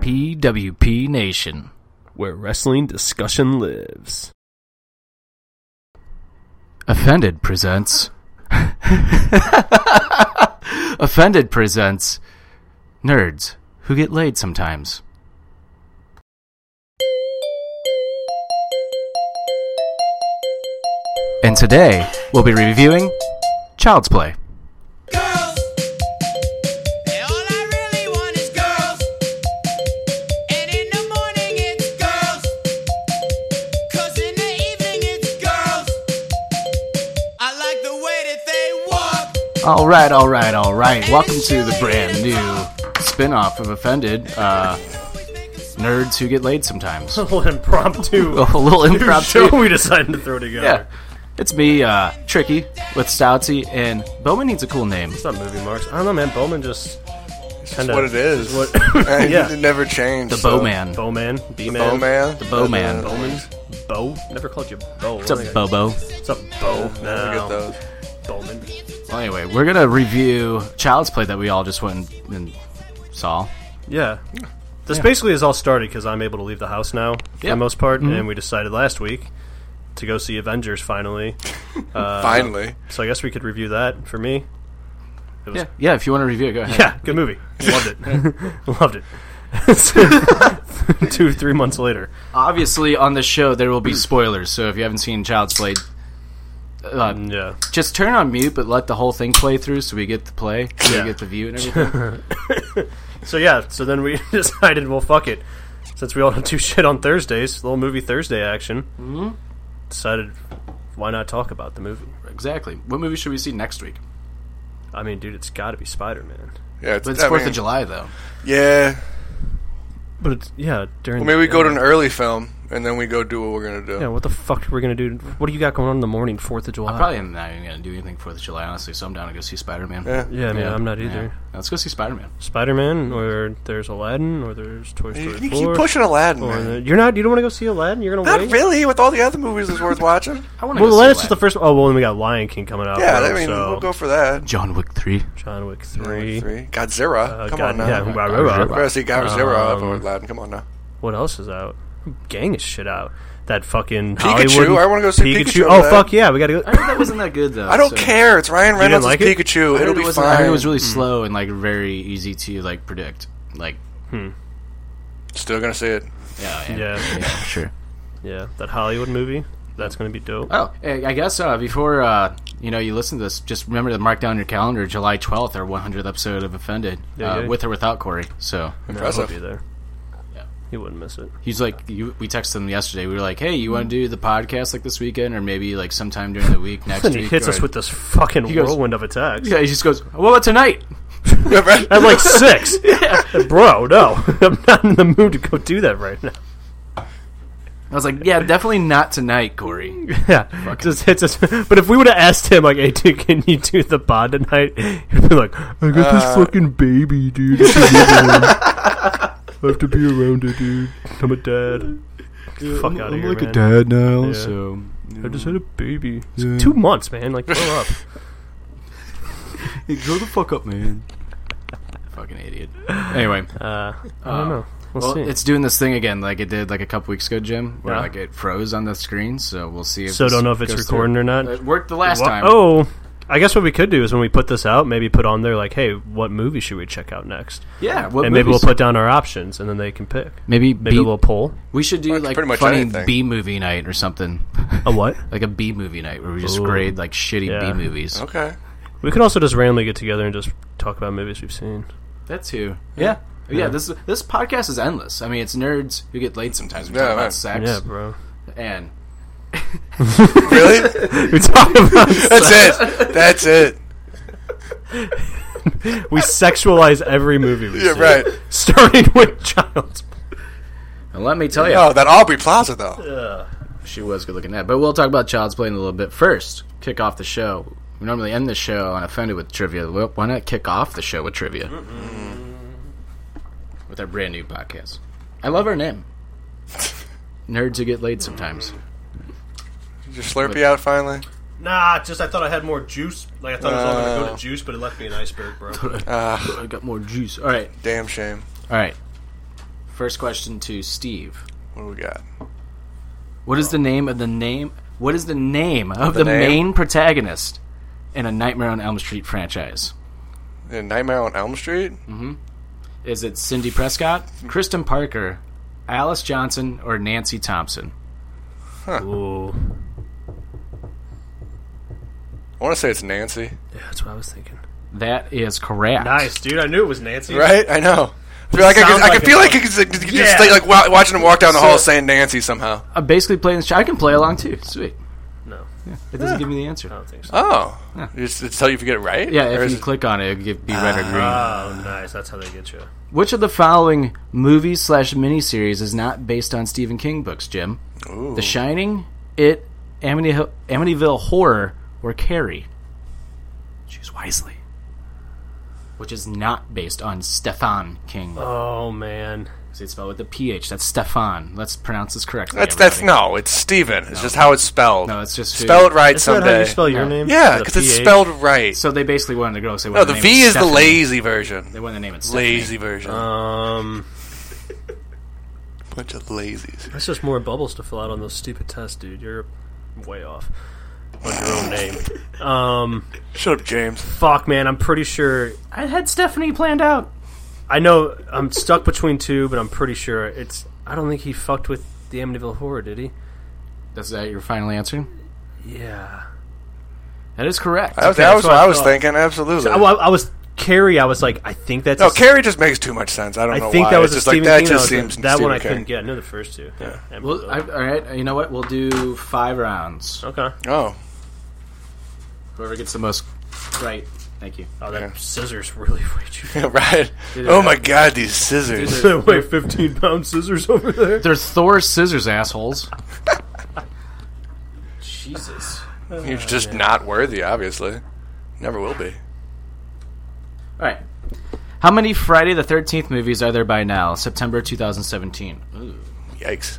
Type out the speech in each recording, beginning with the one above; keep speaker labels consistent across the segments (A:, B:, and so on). A: PWP Nation.
B: where wrestling discussion lives.
A: Offended presents. Offended presents. Nerds who get laid sometimes. And today, we'll be reviewing Child's Play.
C: Girls, and all I really want is girls. And in the morning it's girls, 'cause in the evening it's girls. I like the way that they walk.
A: All right, all right, all right. Welcome to the brand new spin off of Offended uh, Nerds who get laid sometimes.
B: A little impromptu
A: A little impromptu.
B: show we decided to throw together.
A: Yeah. It's me, uh, Tricky, with Stoutsy, and Bowman needs a cool name.
B: It's not movie marks. I don't know, man. Bowman just kind
D: what it is.
B: What,
D: And
B: yeah.
D: It never changed.
A: The Bowman.
B: Bowman, B-man,
D: Bowman.
A: The Bowman.
D: Uh,
B: Bowman, Bow. Never called you Bow.
A: What's up, Bobo?
B: What's up, Bow?
D: I
B: No,
D: get those.
B: Bowman.
A: Well, anyway, we're gonna review Child's Play that we all just went and, and saw.
B: Yeah. This basically is all started because I'm able to leave the house now for
A: Yeah.
B: the most part, and we decided last week to go see Avengers finally.
D: Finally.
B: So I guess we could review that for me. It was
A: Yeah, yeah. If you want to review it, go ahead.
B: Yeah, good movie. Loved it. Loved it. Two, three months later.
A: Obviously, on this show there will be spoilers, so if you haven't seen Child's Play, uh,
B: Yeah.
A: just turn on mute, but let the whole thing play through, so we get the play, so
B: Yeah.
A: we get the view and everything.
B: So yeah, so then we decided, well, fuck it. Since we all don't do shit on Thursdays, little movie Thursday action. Mm-hmm. Decided, why not talk about the movie?
A: exactly. What movie should we see next week?
B: I mean, dude, it's got to be Spider Man.
D: Yeah,
A: But it's
D: I
A: Fourth
D: mean,
A: of July, though.
D: Yeah.
B: But it's yeah during.
D: Well, maybe we go to an early film and then we go do what we're gonna do.
B: Yeah, what the fuck are we gonna do? What do you got going on in the morning, Fourth of July?
A: I'm probably not even gonna do anything Fourth of July, honestly. So I'm down to go see Spider Man.
D: Yeah.
B: yeah, man, I'm not either.
A: Let's go see Spider Man.
B: Spider Man, or there's Aladdin, or there's Toy Story
D: You, you keep
B: Four.
D: pushing Aladdin.
B: or
D: man.
B: the- you're not. You don't want to go see Aladdin. You're gonna
D: Not
B: wait.
D: really. With all the other movies that's worth watching.
A: I want to.
B: Well,
A: go
B: Aladdin's
A: see
B: just the first. Oh well, then we got Lion King coming out.
D: Yeah,
B: bro,
D: I mean,
B: so
D: we'll go for that.
A: John Wick three.
B: John Wick
D: Three.
B: three.
D: Godzilla.
B: Uh,
D: Come
B: God-
D: on now.
B: yeah,
D: we
B: blah, blah, blah.
D: better see Godzilla up
B: Um,
D: over Aladdin. Come on now.
B: What else is out? Gang is shit out. That fucking
D: Pikachu,
B: Hollywood-
D: I wanna go see Pikachu
B: Oh
D: over
B: fuck yeah, we gotta go.
A: I heard that wasn't that good though.
D: I don't
A: so-
D: care. It's Ryan Reynolds.
B: like it?
D: it's Pikachu.
A: I heard
D: It'll
A: it
D: be
A: wasn't-
D: fine. Mm.
A: I heard it was really slow and like very easy to like predict. Like
D: Still gonna see it.
A: yeah, yeah,
B: Yeah,
A: yeah, sure.
B: yeah. That Hollywood movie. That's gonna be dope.
A: Oh, eh, I guess uh, before uh, you know you listen to this, just remember to mark down your calendar July twelfth, our one hundredth episode of Offended,
B: Yeah,
A: uh,
B: yeah.
A: with or without Corey. So
D: Impressive.
B: He'll be there.
A: Yeah.
B: You wouldn't miss it.
A: he's like, you, we texted him yesterday. We were like, hey, you
B: Mm.
A: want to do the podcast like this weekend, or maybe like sometime during the week next
B: Then
A: week?
B: he hits
A: or-
B: us with this fucking
A: goes-
B: whirlwind of attacks.
A: Yeah, he just goes, well, about tonight?
B: At like six. Bro, no. I'm not in the mood to go do that right now.
A: I was like, yeah, definitely not tonight, Corey.
B: Yeah, just hits us. But if we would have asked him, like, "Hey, dude, can you do the pod tonight?" He'd be like, "I got
A: Uh,
B: this fucking baby, dude. I have to be around it, dude. I'm a dad. Fuck out of here, man.
A: dad now,
B: Yeah.
A: so
B: I just had a baby. It's two months, man. Like, grow up.
A: Hey, grow the fuck up, man. Fucking idiot. Anyway,
B: Uh, I don't know. We'll,
A: well,
B: see.
A: it's doing this thing again, like it did like a couple weeks ago, Jim, where
B: Yeah.
A: like it froze on the screen. So we'll see. if
B: so
A: this
B: don't know if it's
A: goes through. Uh,
B: recording or not.
A: It worked the last
B: Wha-
A: time.
B: Oh, I guess what we could do is when we put this out, maybe put on there like, "Hey, what movie should we check out next?"
A: yeah. What
B: and maybe we'll
A: movies?
B: put down our options, and then they can pick.
A: maybe
B: Maybe
A: B-
B: a little poll.
A: we should do
D: Like,
A: like
D: pretty much
A: funny
D: anything.
A: B movie night or something,
B: A what?
A: like a B movie night where we just
B: Ooh.
A: grade like shitty B
B: Yeah.
A: movies.
D: okay.
B: We could also just randomly get together and just talk about movies we've seen.
A: That's who. Yeah. yeah. This this podcast is endless. I mean, it's nerds who get laid sometimes. We
D: Yeah,
A: talk
D: man.
A: about sex
B: Yeah, bro.
A: and
D: Really?
B: We talk about
D: That's it. That's it.
B: we sexualize every movie we
D: Yeah,
B: see,
D: right.
B: Starting with Child's. Play.
A: and let me tell you,
D: Oh, that Aubrey Plaza though.
A: She was good looking at. But we'll talk about Child's Play in a little bit. First, kick off the show. We normally end the show on Offended with trivia. Well, Why not kick off the show with trivia? With our brand new podcast. I love our name. Nerds who get laid sometimes.
D: Did you slurpee out finally?
B: Nah, just I thought I had more juice. Like I thought I was all gonna go
D: Oh.
B: to juice, but it left me an iceberg, bro.
D: Ah,
A: I got more juice. All right.
D: damn shame.
A: All right. First question to Steve.
D: What do we got?
A: What is the name of the name? What is the name of the,
D: The name?
A: main protagonist in a Nightmare on Elm Street franchise?
D: A Nightmare on Elm Street?
A: Is it Cindy Prescott, Kristen Parker, Alice Johnson, or Nancy Thompson?
B: Ooh.
D: I want to say it's Nancy.
B: Yeah, that's what I was thinking.
A: That is correct.
B: Nice, dude. I knew it was Nancy.
D: Right? I know. I feel like I
B: Sounds
D: could, I
B: like
D: could
B: it.
D: feel like I could, could just
B: Yeah.
D: stay, like wa- watching him walk down the hall saying Nancy somehow.
A: I'm basically playing this. I can play along too. Sweet.
B: No,
A: It doesn't give me the answer.
B: I don't think so.
D: Oh, it's, it's tell you if you get it right.
A: Yeah,
D: Or
A: if
D: is
A: you
D: it-
A: click on it, it'll give- be red or green.
B: Oh, nice. That's how they get you.
A: Which of the following movie slash miniseries is not based on Stephen King books, Jim?
D: Ooh.
A: The Shining, It, Amity- Amityville Horror, or Carrie? Choose wisely. Which is not based on Stefan King.
B: Oh man.
A: See, it's spelled with a PH. That's Stefan. Let's pronounce this correctly.
D: that's that's
A: everybody.
D: no, it's Steven. It's just how it's spelled.
A: No, it's just who-
D: spell it right
B: Is that how
D: someday.
B: you spell your
A: No.
B: name?
D: yeah,
B: With a
D: because it's
B: PH?
D: spelled right.
A: So they basically wanted to go. So they
D: No,
A: wanted
D: the
A: to name
D: V
A: it
D: is the
A: Stephanie.
D: lazy
A: They
D: version.
A: wanted to name it Stephanie.
D: Lazy version.
B: Um,
D: Bunch of lazies.
B: that's just more bubbles to fill out on those stupid tests, dude. You're way off on your own name. Um,
D: Shut up, James.
B: fuck, man. I'm pretty sure.
A: I had Stephanie planned out.
B: I know I'm stuck between two, but I'm pretty sure it's. I don't think he fucked with the Amityville Horror, did he?
A: That's that your final answer?
B: Yeah.
A: That is correct.
D: That was,
B: Okay,
D: that
B: that's
D: was
B: what
D: what
B: I
D: I was
B: thought.
D: thinking. Absolutely.
B: I, well, I was Carrie. I was like, I think that's.
D: no,
B: a-
D: Carrie just makes too much sense. I don't
B: I
D: know
B: think
D: why.
B: that was a
D: it's just
B: Stephen
D: like that
B: King.
D: just
B: I was-
D: seems
B: that
D: Stephen
B: one I
D: King.
B: couldn't get. I know the first two. Yeah.
A: Well, I, all right. You know what? We'll do five rounds.
B: okay.
D: Oh,
A: Whoever gets the most right. Thank you.
B: Oh, that
D: Yeah.
B: scissors really way too.
D: right. Oh my God, these scissors.
B: that weigh 15 pound scissors over there.
A: They're Thor scissors, assholes. Jesus.
D: You're just not worthy. Obviously, never will be.
A: All right. How many Friday the Thirteenth movies are there by now? September 2017.
D: Yikes.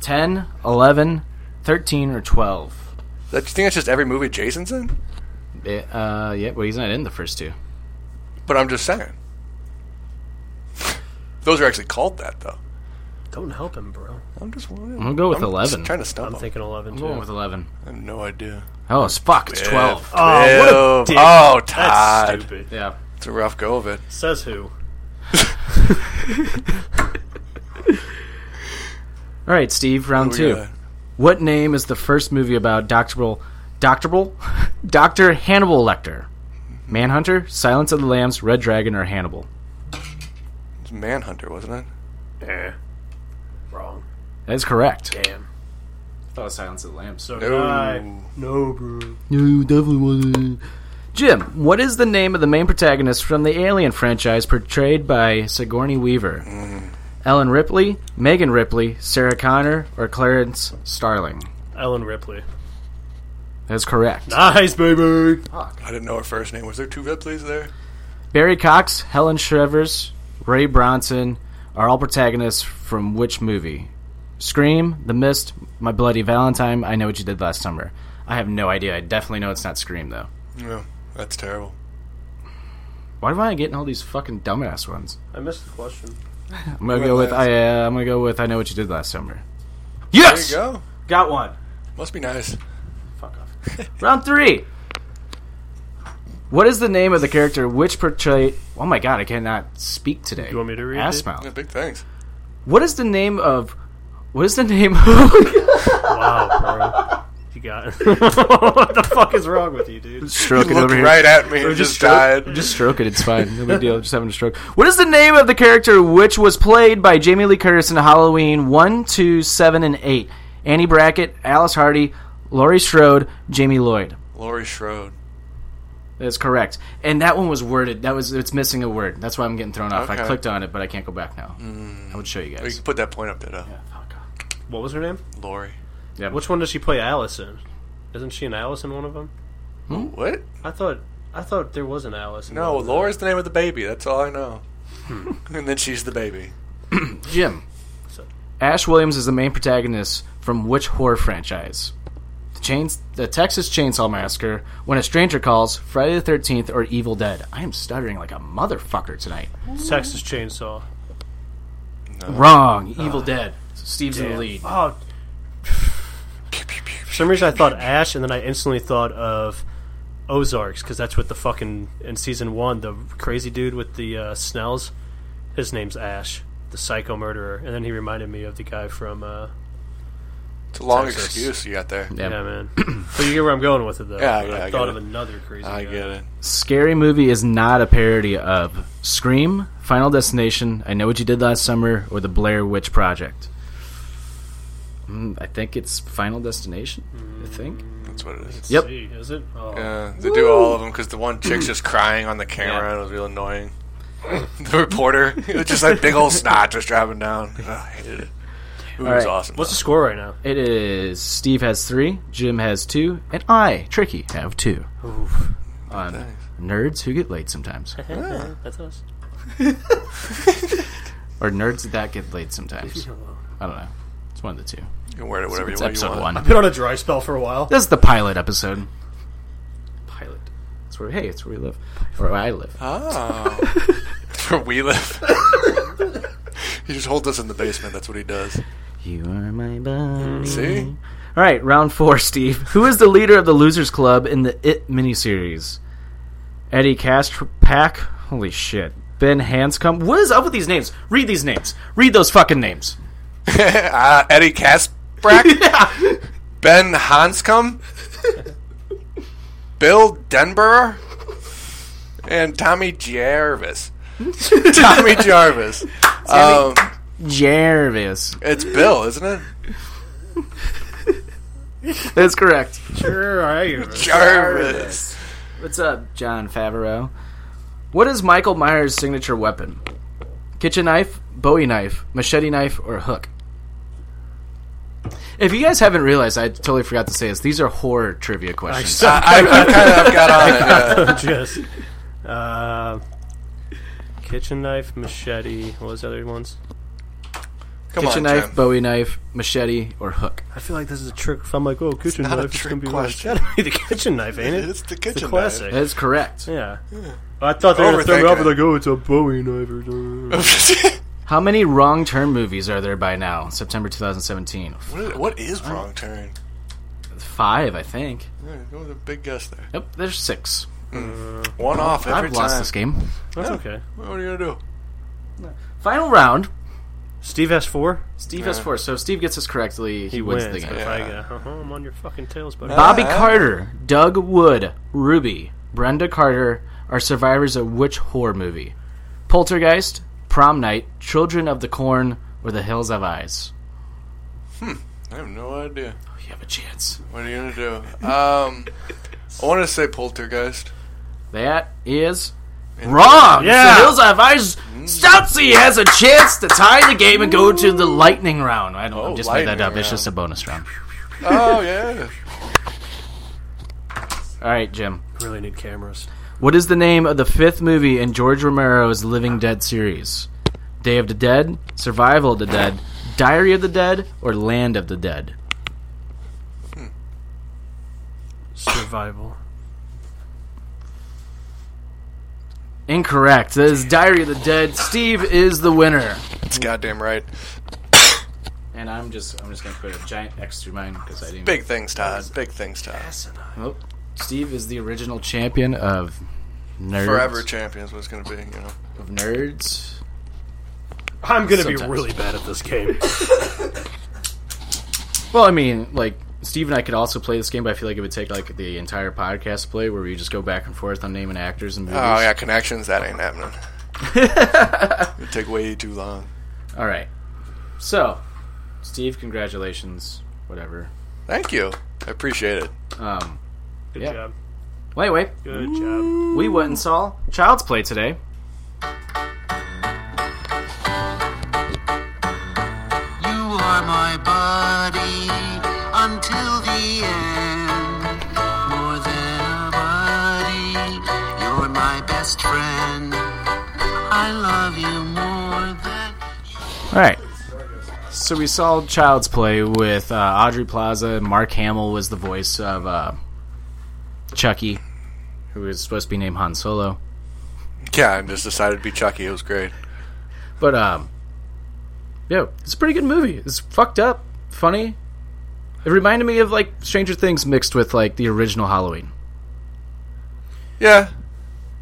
A: 10, 11, 13, or 12?
D: That, you think that's just every movie Jason's in?
A: Eh, uh, yeah. Well, he's not in the first two.
D: But I'm just saying. Those are actually called that, though.
B: Don't help him, bro.
D: I'm just. I'm
A: gonna go with 11.
D: Trying to stump
B: I'm
D: them.
B: thinking 11
A: I'm
B: too.
A: going with 11.
D: I have no idea.
A: Oh, it's fuck. It's 12.
B: Oh, what a dick.
D: Oh,
B: That's
D: Todd.
B: stupid.
A: Yeah.
D: It's a rough go of it.
B: Says who?
A: All right, Steve. Round
D: We
A: two.
D: gotta-
A: What name is the first movie about Doctoral Doctoral Doctor Hannibal Lecter? Manhunter, Silence of the Lambs, Red Dragon, or Hannibal?
D: It's Manhunter, wasn't it?
B: Eh. Wrong.
A: That is correct.
B: Damn.
A: Oh, Silence of the Lambs.
B: So
D: No.
B: I. No, bro.
A: You definitely want to. Jim, what is the name of the main protagonist from the Alien franchise portrayed by Sigourney Weaver? Ellen Ripley, Megan Ripley, Sarah Connor, or Clarence Starling?
B: Ellen Ripley.
A: That is correct.
B: Nice, baby.
D: I didn't know her first name. Was there two Ripleys there?
A: Barry Cox, Helen Shivers, Ray Bronson are all protagonists from which movie? Scream, The Mist, My Bloody Valentine, I Know What You Did Last Summer. I have no idea. I definitely know it's not Scream, though.
D: No, that's terrible.
A: Why am I getting all these fucking dumbass ones?
B: I missed the question.
A: I'm gonna
D: went
A: go with
D: last.
A: I. Uh, I'm gonna go with I know what you did last summer.
D: There
A: Yes,
D: you go.
A: got one.
D: Must be nice.
A: Fuck off. Round three. What is the name of the character which portrayed? Oh my god, I cannot speak today.
B: You want me to read
A: Ass
B: it?
A: mouth.
D: Yeah, big thanks.
A: What is the name of? What is the name? of...
B: Wow, bro. You got it. what the fuck is wrong with you, dude?
A: stroke
D: Looked right at me and just, died.
A: Just stroke it. It's fine. No big deal. Just having a stroke. What is the name of the character which was played by Jamie Lee Curtis in Halloween 1, 2, 7, and 8? Annie Brackett, Alice Hardy, Laurie Strode, Jamie Lloyd.
D: Laurie Strode.
A: That's correct. And that one was worded. That was it's missing a word. That's why I'm getting thrown off. I
D: Okay.
A: clicked on it, but I can't go back now. I would show you
D: You
A: guys. Oh,
D: can put that point up there, though.
A: Fuck off.
B: What was her name?
D: Laurie.
A: Yeah.
B: Which one does she play Alice in? Isn't she an Alice in one of them?
D: What?
B: I thought I thought there was an Alice. In
D: No,
B: one of them.
D: Laura's the name of the baby. That's all I know. and then she's the baby.
A: Jim?
B: So-
A: Ash Williams is the main protagonist from which horror franchise? The chains, the Texas Chainsaw Massacre, When a Stranger Calls, Friday the Thirteenth, or Evil Dead? I am stuttering like a motherfucker tonight.
B: Texas Chainsaw.
A: Wrong. Evil Dead. Steve's in the lead.
B: Oh. For some reason, I thought Ash, and then I instantly thought of Ozarks because that's what the fucking in season one, the crazy dude with the uh, Snells, his name's Ash, the psycho murderer, and then he reminded me of the guy from. Uh,
D: It's a long
B: Texas.
D: excuse you got there.
A: Yeah.
B: Yeah, man. but you get where I'm going with it, though.
D: Yeah, yeah,
B: I,
D: I
B: thought
D: get
B: of
D: it.
B: another crazy.
D: I
B: guy.
D: get it.
A: Scary Movie is not a parody of Scream, Final Destination, I Know What You Did Last Summer, or The Blair Witch Project. Mm, I think it's Final Destination. I think.
D: That's what it is.
A: Yep.
B: See, is it? Oh.
D: Uh, they do all of them because the one chick's just crying on the camera.
A: Yeah.
D: It was real annoying. the reporter, it was just like big old snot just driving down. Ugh, I hated it. It was
A: right.
D: awesome.
B: What's the score right now?
A: It is Steve has three, Jim has two, and I, Tricky, have two. On
D: Nice.
A: nerds who get late sometimes,
B: That's us.
A: or nerds that get late sometimes. I don't know. It's one of the two.
D: you can wear it whatever you,
A: It's
D: way you
A: episode
D: want.
A: one.
B: Been on a dry spell for a while.
A: This is the pilot episode. Pilot. It's where hey, it's where we live, or where I live.
D: Oh. Where we live. he just holds us in the basement. That's what he does.
A: You are my body.
D: See?
A: All right, round four, Steve. Who is the leader of the Losers Club in the It miniseries? Eddie Pack. Holy shit. Ben Hanscom. What is up with these names? Read these names. Read those fucking names.
D: uh, Eddie Kasprack? Ben Hanscom? Bill Denborough? And Tommy Jarvis. Tommy Jarvis. Um,
A: Jarvis.
D: it's Bill, isn't it?
A: That's correct.
B: Sure, I
D: Jarvis.
A: What's up, John Favreau? What is Michael Myers' signature weapon? Kitchen knife, Bowie knife, machete knife, or hook? If you guys haven't realized, I totally forgot to say this. These are horror trivia questions.
D: I, I, I kind of got on it. yeah.
B: just uh, kitchen knife, machete. What was the other ones?
D: Come
A: Kitchen
D: on,
A: knife,
D: Jim.
A: Bowie knife, machete, or hook.
B: I feel like this is a trick. If I'm like, oh, kitchen
D: not a
B: knife, it's
D: trick
B: gonna be
D: question.
B: It's gotta be the kitchen knife, ain't it?
D: It's the kitchen
B: it's a
D: knife.
B: classic.
A: That's correct.
B: Yeah. I thought they were gonna throw me
D: Overthinking
B: off with
D: it.
B: like, oh, it's a Bowie knife. Or something.
A: How many wrong turn movies are there by now? September 2017.
D: what, is, what is wrong turn?
A: Five, I think.
D: Yeah, Go with a big guess there.
A: Nope, there's six.
D: One off every
A: I've lost
D: time.
A: this game.
B: That's okay.
D: What are you gonna do?
A: Final round.
B: Steve has four.
A: Steve has four, so if Steve gets this correctly, he,
B: He
A: wins,
B: wins.
A: the game.
B: If I
D: Yeah.
B: go, I'm on your fucking tails, buddy.
A: Bobby
D: Ah.
A: Carter, Doug Wood, Ruby, Brenda Carter are survivors of which horror movie? Poltergeist, Prom Night, Children of the Corn, or The Hills Have Eyes?
D: I have no idea.
A: Oh, you have a chance.
D: What are you gonna do? Um, I want to say poltergeist.
A: That is wrong.
B: Yeah.
A: The Hills Have Eyes.
D: Mm.
A: Stoutzy has a chance to tie the game and go to the lightning round. I don't know.
D: Oh,
A: Just made that
D: lightning
A: up. It's
D: round.
A: just a bonus round.
D: Oh yeah.
A: All right, Jim.
B: really need cameras.
A: What is the name of the fifth movie in George Romero's Living Dead series? Day of the Dead, Survival of the Dead, Diary of the Dead, or Land of the Dead?
B: Survival.
A: Incorrect. That is Diary of the Dead. Steve is the winner.
D: It's goddamn right.
A: And I'm just I'm just gonna put a giant X through mine because I didn't.
D: Big things, Todd. Big things, Todd.
A: Oh, Steve is the original champion of nerds.
D: Forever champions was gonna be. You know.
A: of nerds.
B: I'm gonna be
A: Sometimes.
B: really bad at this game.
A: Well, I mean, like Steve and I could also play this game, but I feel like it would take like the entire podcast to play, where we just go back and forth on naming actors and movies.
D: Oh yeah, connections. That ain't happening. It'd take way too long.
A: All right. So, Steve, congratulations. Whatever.
D: Thank you. I appreciate it.
A: Um.
B: Good
A: Yeah.
B: job.
A: Wait, wait.
B: Good job.
A: We went and saw Child's Play today.
E: You are my body until the end. More than a body, you're my best friend. I love you more than.
A: All right. So we saw Child's Play with uh, Audrey Plaza. Mark Hamill was the voice of uh, Chucky, who was supposed to be named Han Solo.
D: Yeah, I just decided to be Chucky. It was great.
A: But um, Yo, it's a pretty good movie. It's fucked up, funny. It reminded me of like Stranger Things mixed with like the original Halloween.
D: Yeah,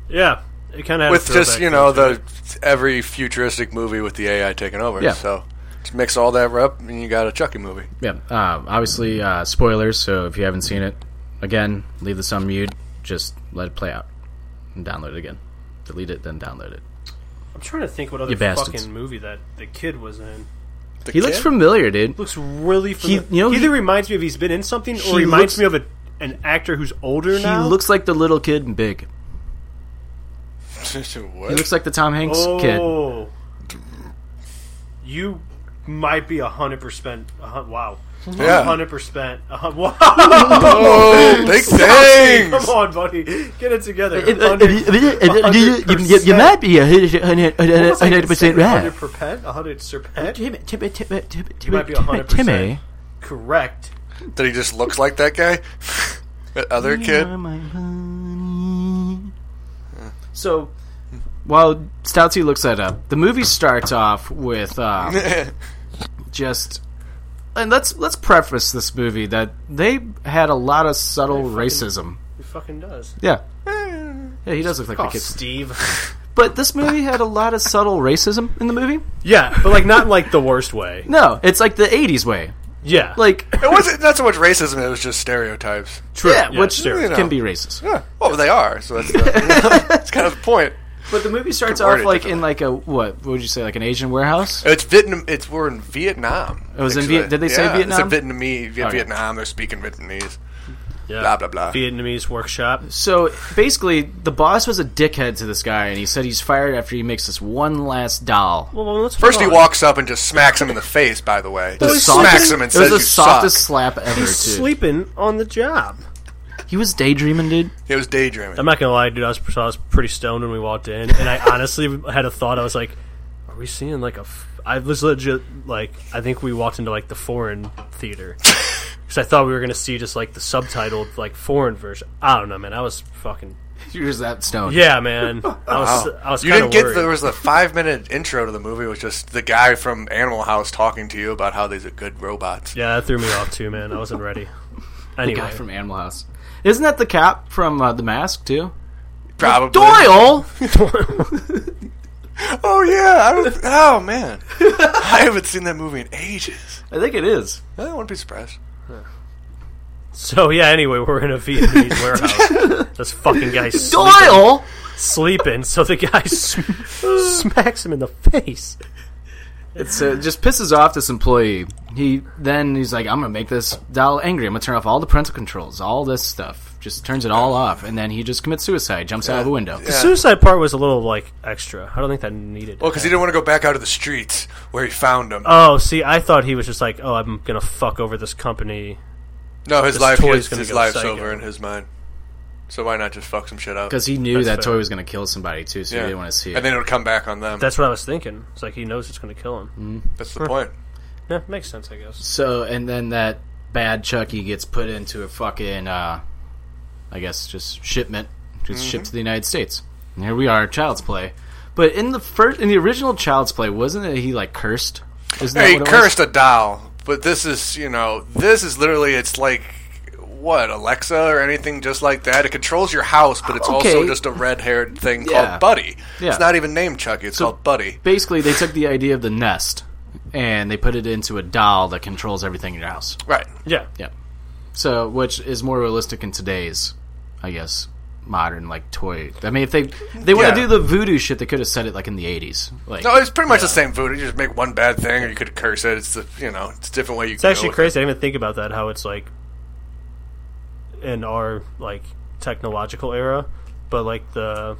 B: Yeah, it kind of
D: with just you know the every futuristic movie with the AI taking over.
A: Yeah.
D: So just mix all that up, and you got a Chucky movie.
A: Yeah, uh, obviously uh, spoilers. So if you haven't seen it, again, leave this on mute. Just let it play out and download it again. Delete it, then download it.
B: I'm trying to think what other
A: You bastards.
B: fucking movie that the kid was in.
D: The
A: He looks
D: kid?
A: familiar, dude.
B: Looks really. Familiar.
A: you know,
B: he
A: he-
B: either reminds me of he's been in something,
A: He
B: or reminds
A: looks-
B: me of a, an actor who's older
A: He
B: now.
A: looks like the little kid in Big.
D: what?
A: He looks like the Tom Hanks
F: Uh,
A: kid.
B: oh, you might be a hundred percent. a hun- Wow,
D: yeah.
B: hundred percent. a hun- Wow,
D: Oh, big
B: come
D: things.
B: on, buddy, get it together.
F: uh, You
B: Hundred
F: you- you might be a hundred percent right.
B: Hundred percent. hundred percent.
F: Timmy, Timmy, Timmy, Timmy,
B: might be a hundred percent
F: Timmy.
B: Correct.
D: That he just looks like that guy. that other kid.
F: Oh,
A: So while Stoutsy looks that up, the movie starts off with um, just and let's let's preface this movie that they had a lot of subtle racism.
B: He fucking does.
A: Yeah.
B: Eh.
A: Yeah, he does look like
B: Oh,
A: a kid.
B: Steve.
A: But this movie had a lot of subtle racism in the movie.
B: yeah, but like not like the worst way.
A: No, it's like the '80s way.
B: Yeah,
A: Like,
D: it wasn't not so much racism; it was just stereotypes.
B: true.
A: yeah, which
B: sure.
D: You know.
A: can be racist.
D: Yeah. Well, they are. So that's, the, that's kind of the point.
A: But the movie starts
D: Word
A: off
D: it
A: like in like a what? What would you say? Like an Asian warehouse?
D: It's Vietnam. It's we're in Vietnam.
A: It was in
D: actually.
A: Viet- did they say
D: Yeah,
A: Vietnam?
D: It's a Vietnamese. Viet-
A: Okay.
D: Vietnam. They're speaking Vietnamese.
B: Yeah.
D: Blah blah blah.
B: Vietnamese workshop.
A: So basically, the boss was a dickhead to this guy, and he said he's fired after he makes this one last doll.
B: Well, let's
D: First, he walks up and just smacks him in the face. By the way,
A: The
D: just
A: softest-
D: smacks him and
A: it was
D: says,
A: the
D: "You suck."
A: softest slap ever. Dude.
B: He's sleeping on the job.
A: He was daydreaming, dude.
D: It was daydreaming.
B: I'm not gonna lie, dude. I was, I was pretty stoned when we walked in, and I honestly had a thought. I was like, "Are we seeing like a?" F-? I was legit like, I think we walked into like the foreign theater because I thought we were gonna see just like the subtitled like foreign version. I don't know, man. I was fucking
A: He was that stoned.
B: yeah, man. I was I was
D: you
B: kind
D: didn't
B: of
D: get
B: worried.
D: there was a five minute intro to the movie. It was just the guy from Animal House talking to you about how these are good robots.
B: yeah, that threw me off too, man. I wasn't ready.
A: The guy
B: Anyway,
A: from Animal House. Isn't that the cop from uh, The Mask too?
D: Probably
A: Doyle.
D: Oh yeah. I don't, oh man. I haven't seen that movie in ages.
A: I think it is.
D: I wouldn't be surprised.
B: so yeah. Anyway, we're in a Vietnamese warehouse. This fucking guy
A: Doyle.
B: sleeping, so the guy sm- smacks him in the face.
A: So it just pisses off this employee. He then he's like, "I'm gonna make this doll angry. I'm gonna turn off all the parental controls, all this stuff." Just turns it all off, and then he just commits suicide, jumps out of a window.
B: The suicide part was a little like extra. I don't think that needed.
D: Well, because Oh, he didn't want to go back out to the streets where he found him.
B: oh, see, I thought he was just like, oh, I'm gonna fuck over this company.
D: no, his
B: this
D: life
B: toy's
D: his,
B: gonna
D: his
B: go
D: life's
B: psycho.
D: over in his mind. So why not just fuck some shit up?
A: Because he knew that
B: That's fair.
A: toy was gonna kill somebody too, so he didn't want to see it.
D: And then it would come back on them.
B: That's what I was thinking. It's like he knows it's gonna kill him.
D: That's the point.
B: Yeah, makes sense, I guess.
A: so and then that bad Chucky gets put into a fucking, uh, I guess, just shipment, just
D: Mm-hmm.
A: shipped to the United States. And here we are, Child's Play. But in the first, in the original Child's Play, wasn't it he like cursed? Isn't that
D: Hey, he
A: what it was?
D: cursed a doll, but this is you know this is literally it's like what Alexa or anything just like that. It controls your house, but it's also
A: Okay.
D: just a red-haired thing
A: Yeah.
D: called Buddy.
A: Yeah.
D: It's not even named Chucky. It's
A: So-
D: called Buddy.
A: basically they took the idea of the nest and they put it into a doll that controls everything in your house.
D: Right.
B: Yeah,
A: Yeah. So which is more realistic in today's, I guess, modern like toy. I mean, if they if they want
D: Yeah.
A: to do the voodoo shit, they could have said it like in the eighties. Like
D: No, it's pretty much the same food. You just make one bad thing, or you could curse it. It's the you know it's a different way you.
B: it's actually crazy. I didn't even think about that. How it's like in our like technological era, but like the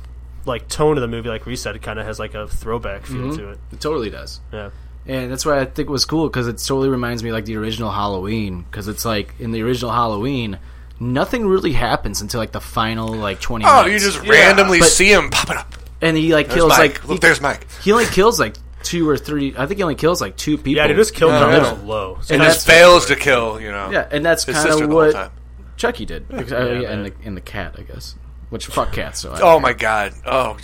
B: like tone of the movie, like Reset, kind of has like a throwback feel
A: Mm-hmm.
B: to it.
A: it totally does.
B: Yeah.
A: And that's why I think it was cool because it totally reminds me like the original Halloween because it's like in the original Halloween. Nothing really happens until like the final like twenty.
D: Oh, you
A: minutes.
D: just randomly
A: But-
D: see him popping up.
A: and he like
D: There's
A: kills
D: Mike.
A: like
D: Look,
A: he-
D: there's Mike.
A: He only kills like two or three. I think he only kills like two people.
B: Yeah, dude, just killed him.
D: Oh, yeah.
B: That was low. So
A: And
B: that's-
A: that's-
D: Fails to kill. You know.
A: Yeah, and that's
D: His
A: kind
D: sister
A: of
D: the whole
A: what
D: time.
A: Chucky did, Because- uh, yeah, and
B: man.
A: the and the cat, I guess. Which fuck cats. So I-
D: Oh my god. Oh.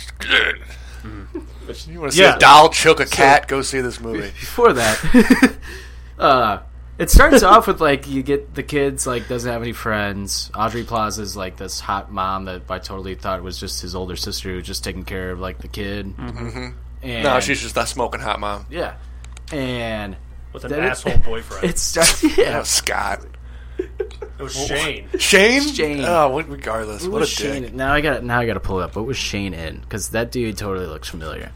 A: Mm-hmm.
D: You want to see
B: Yeah.
D: a doll choke a cat? Go see this movie.
A: before that, uh, it starts off with like you get the kids like doesn't have any friends. Audrey Plaza's like this hot mom that I totally thought was just his older sister who was just taking care of like the kid. Mm-hmm. And,
D: No, she's just not smoking hot, mom.
A: yeah, and
B: with an
A: That is-
B: asshole boyfriend.
A: it starts yeah.
D: Oh, Scott.
B: it was Shane.
D: Shane?
A: Shane.
D: Oh, what- regardless.
A: What
D: what a
A: was Shane?
D: dick.
A: Now I got now I got to pull it up. What was Shane in? Because that dude totally looks familiar.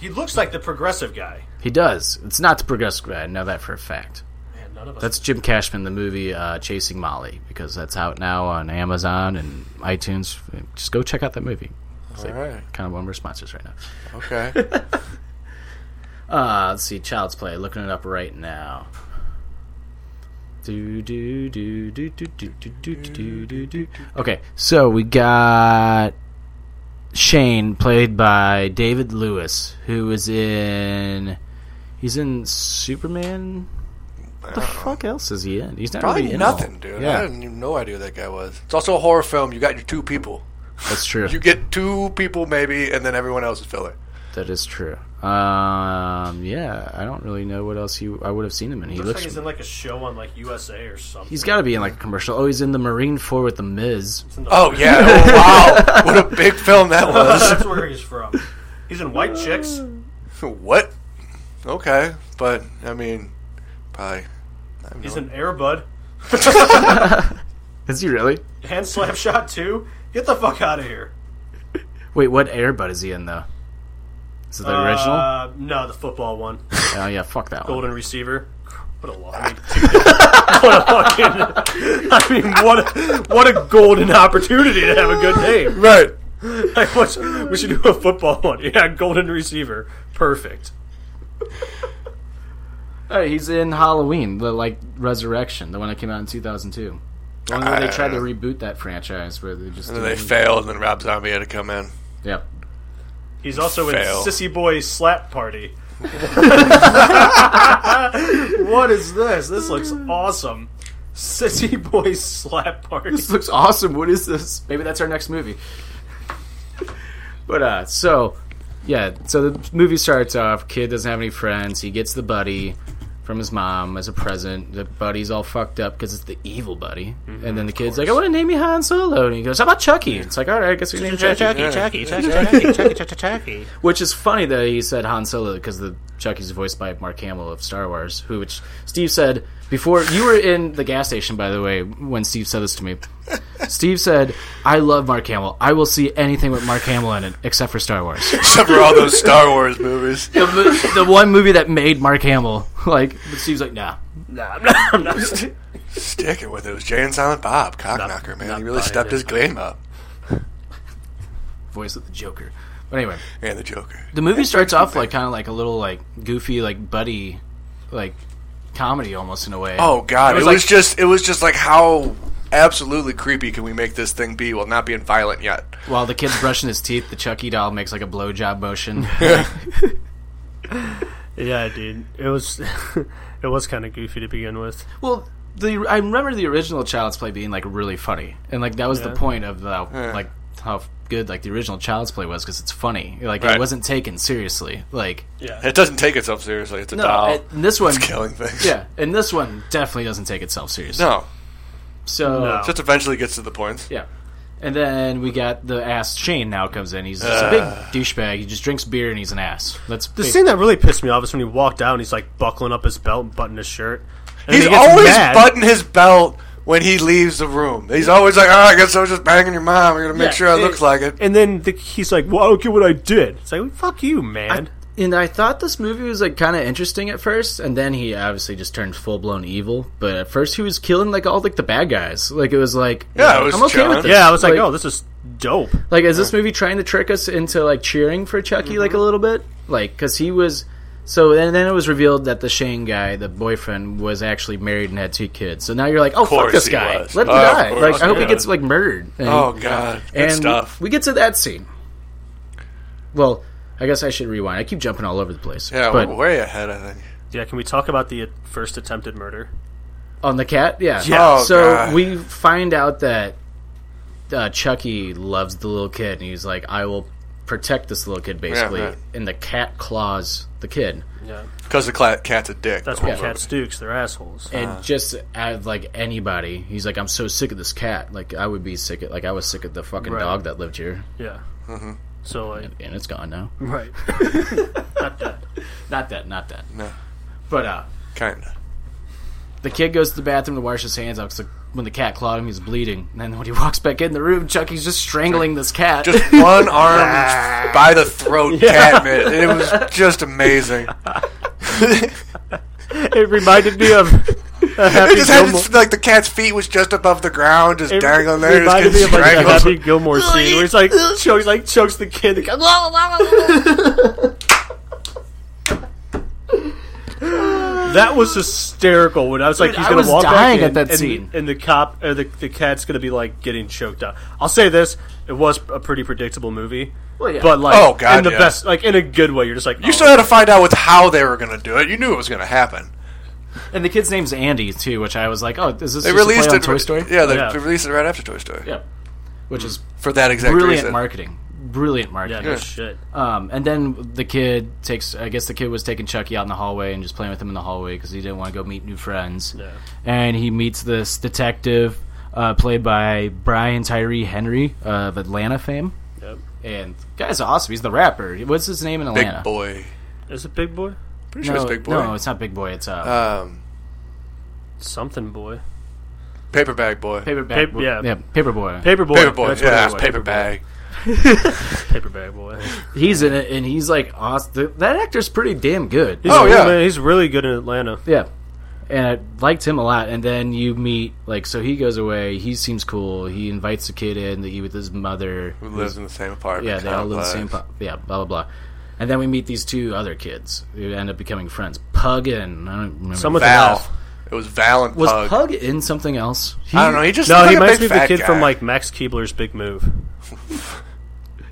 B: He looks like the progressive guy.
A: He does. It's not the progressive guy. I know that for a fact.
B: Man, none of us.
A: That's Jim Cashman, the movie uh, Chasing Molly, because that's out now on Amazon and iTunes. Just go check out that movie. It's
D: All
A: like
D: right.
A: kind of one of our sponsors right now.
D: Okay.
A: Uh, let's see, Child's Play. Looking it up right now. Do, do, do, do, do, do, do, do, do, do, do. Okay, so we got Shane, played by David Lewis, who is in. He's in Superman. What the fuck else is he in? He's not
D: Probably
A: really in all-
D: nothing, dude.
A: Yeah.
D: I had no idea who that guy was. It's also a horror film. You got your two people.
A: That's true.
D: You get two people, maybe, and then everyone else is filler.
A: That is true. Um, yeah, I don't really know what else he I would have seen him in. He
B: looks like
A: looks.
B: he's in like a show on like USA or something.
A: he's got to be in like a commercial. Oh, he's in the Marine Four with the Miz.
B: It's in the-
D: Oh, yeah. Oh, wow. What a big film that was.
B: that's where he's from. He's in White Chicks.
D: what? Okay. But, I mean, probably. I don't
B: He's
D: know.
B: in Airbud
A: Is he really?
B: and Slapshot Two. Get the fuck out of here.
A: Wait, what Airbud is he in though? Is it the original?
B: Uh, no, the football one.
A: Oh yeah, fuck that one.
B: Golden receiver. What a lo- I mean, what a fucking. I mean, what a, what a golden opportunity to have a good name.
D: Right.
B: Like, what's, we should do a football one. Yeah, golden receiver. Perfect.
A: Oh, he's in Halloween, the like Resurrection, the one that came out in two thousand two. The one where they tried to reboot that franchise, Uh, where they just
D: And then they
A: didn't-
D: failed, and then Rob Zombie had to come in.
A: Yep.
B: He's also
D: Fail.
B: in Sissy Boy Slap Party. what is this? This looks awesome. Sissy Boy Slap Party.
A: this looks awesome. What is this? Maybe that's our next movie. But uh, so yeah, so the movie starts off. Kid doesn't have any friends. He gets the buddy from his mom as a present. The buddy's all fucked up because it's the evil buddy.
D: Mm-hmm.
A: and then the kid's like, "I want to name you Han Solo," and he goes, "How about Chucky?" It's like, "All right, I guess we name Chucky."
D: Chucky,
A: Which is funny that he said Han Solo because the Chucky's voiced by Mark Hamill of Star Wars, who which Steve said before you were in the gas station by the way when Steve said this to me. Steve said, "I love Mark Hamill. I will see anything with Mark Hamill in it except for Star Wars."
D: Except for all those Star Wars movies.
A: the, mo- the one movie that made Mark Hamill like but Steve's like, "Nah."
D: Stick it with it. It was Jay and Silent Bob, Cockknocker, man. He really
B: buying
D: stepped
B: it.
D: his game up.
A: Voice of the Joker. But anyway,
D: And the Joker.
A: the movie starts off like kind of like a little like goofy like buddy like comedy almost in a way.
D: Oh God! It
A: was
D: was,
A: like-
D: just it was just like how absolutely creepy can we make this thing be while not being violent yet?
A: While the kid's brushing his teeth, the Chucky doll makes like a blowjob motion.
B: Yeah, dude. It was it was kind of goofy to begin with.
A: well, the I remember the original Child's Play being like really funny, and like that was the point of the like how good like the original Child's Play was because it's funny. Like it
D: Right.
A: wasn't taken seriously. Like
D: It doesn't take itself seriously. It's a
A: no,
D: doll.
A: and- and this one,
D: it's killing things.
A: yeah, and this one definitely doesn't take itself seriously.
D: No,
A: So
B: No.
D: it just eventually gets to the points.
A: yeah. And then we got the ass Shane now comes in. He's just a big douchebag. He just drinks beer and he's an ass. That's
B: The scene that really pissed me off is when he walked out and he's like buckling up his belt and buttoning his shirt. And
D: He's
B: he gets
D: always
B: mad.
D: butting his belt when he leaves the room. He's always like, "Oh, I guess I was just banging your mom. I gotta make
B: Yeah,
D: sure I
B: it-
D: look like it."
B: And then the, he's like, "Well, I don't get what I did." It's like, "Fuck you, man."
A: and I thought this movie was like kind of interesting at first, and then he obviously just turned full blown evil. But at first, he was killing like all like the bad guys. Like it was like
D: Yeah, it was
A: I'm okay
D: chilling.
A: with this.
B: yeah, I was like, "Oh, this is dope."
A: like is this movie trying to trick us into like cheering for Chucky like a
D: Mm-hmm.
A: little bit? Like because he was so, and then it was revealed that the Shane guy, the boyfriend, was actually married and had two kids. So now you're like, oh fuck
D: course
A: this
D: he
A: guy,
D: was.
A: let him
D: Oh, of
A: die.
D: course,
A: Like I hope he
B: yeah.
A: gets like murdered. And-
D: Oh God, good
A: and
D: stuff.
A: we get to that scene. Well, I guess I should rewind. I keep jumping all over the place.
D: yeah,
A: but
D: we're way ahead. I think.
B: Yeah, can we talk about the uh, first attempted murder?
A: On the cat, yeah.
B: Yeah.
D: Oh,
A: so
D: God.
A: we find out that uh, Chucky loves the little kid, and he's like, "I will protect this little kid basically,
D: right.
A: and the cat claws the kid.
B: Yeah.
D: Because the cla- cat's a dick.
B: That's
D: the
B: what
D: whole
B: cats do 'cause they're assholes.
A: and just as like anybody, he's like, I'm so sick of this cat. Like I would be sick at like I was sick of the fucking
B: Right.
A: dog that lived here,
B: yeah.
D: Mm-hmm.
B: So like,
A: and it's gone now.
B: right. Not that.
A: Not that, not that.
D: No.
A: But uh,
D: Kinda.
A: the kid goes to the bathroom to wash his hands out. 'cause, like, when the cat clawed him, he's bleeding. And then when he walks back in the room, Chucky's just strangling this cat.
D: Just one arm by the throat cat mitt. It was just amazing.
B: It reminded me of a happy
D: It just had
B: Gilmore.
D: its, like the cat's feet was just above the ground, just
B: It
D: dangling there, just
B: reminded me
D: getting
B: of like a
D: strangled.
B: Happy Gilmore scene where he's like chokes, like chokes the kid. The kid- that was hysterical. When I was like,
A: Dude,
B: he's
A: I
B: gonna
A: was
B: walk back
A: dying
B: in,
A: at that
B: and,
A: scene.
B: and the cop or the the cat's gonna be like getting choked up. I'll say this: it was a pretty predictable movie.
A: Well, yeah.
B: But like,
D: Oh, God,
B: in the
D: yeah.
B: best, like in a good way. You're just like, "Oh,
D: You still had to find out with how they were going to do it. You knew it was going to happen.
A: and the kid's name's Andy too, which I was like, oh, is this just a
D: They
A: play
D: released
A: on
D: it.
A: Toy Story?
D: Yeah, they,
B: Yeah.
D: they released it right after Toy Story
A: yeah. Which is
D: for that exact
A: brilliant
D: reason.
A: marketing. Brilliant
B: yeah,
A: marketing.
B: no shit.
A: Um, and then the kid takes. I guess the kid was taking Chucky out in the hallway and just playing with him in the hallway because he didn't want to go meet new friends.
B: Yeah.
A: And he meets this detective, uh, played by Brian Tyree Henry of Atlanta fame.
B: Yep.
A: And guy's awesome. He's the rapper. What's his name in
D: Big
A: Atlanta?
D: boy.
B: Is it Big Boy?
D: Pretty
A: No,
D: sure it's Big Boy.
A: no, it's not Big Boy. It's uh,
D: um,
B: Something Boy.
D: paperback boy.
A: Paper Bag.
B: Paper- yeah.
A: Paper Boy.
B: Paper Boy.
D: Paperboy,
B: That's what
D: yeah,
B: it was.
D: paperbag.
B: Paper Bag Boy.
A: he's in it, and he's like awesome. That actor's pretty damn good.
B: He's
D: Oh,
B: really-
D: yeah.
B: man, he's really good in Atlanta.
A: Yeah. And I liked him a lot. And then you meet, like, so he goes away. He seems cool. He invites the kid in to eat with his mother.
D: Who lives in the same apartment?
A: Yeah, they all live in the same.
D: complex.
A: Po- yeah, blah, blah, blah. And then we meet these two other kids who end up becoming friends. Pug and. I don't remember.
B: Some of
D: Val. It was Val and
A: was
D: Pug.
A: Pug. in something else? He-
D: I don't know. He just
B: No,
D: looked
B: he
D: like a
B: reminds me of
D: big
B: the
D: fat
B: kid
D: guy.
B: from like Max Keebler's Big Move.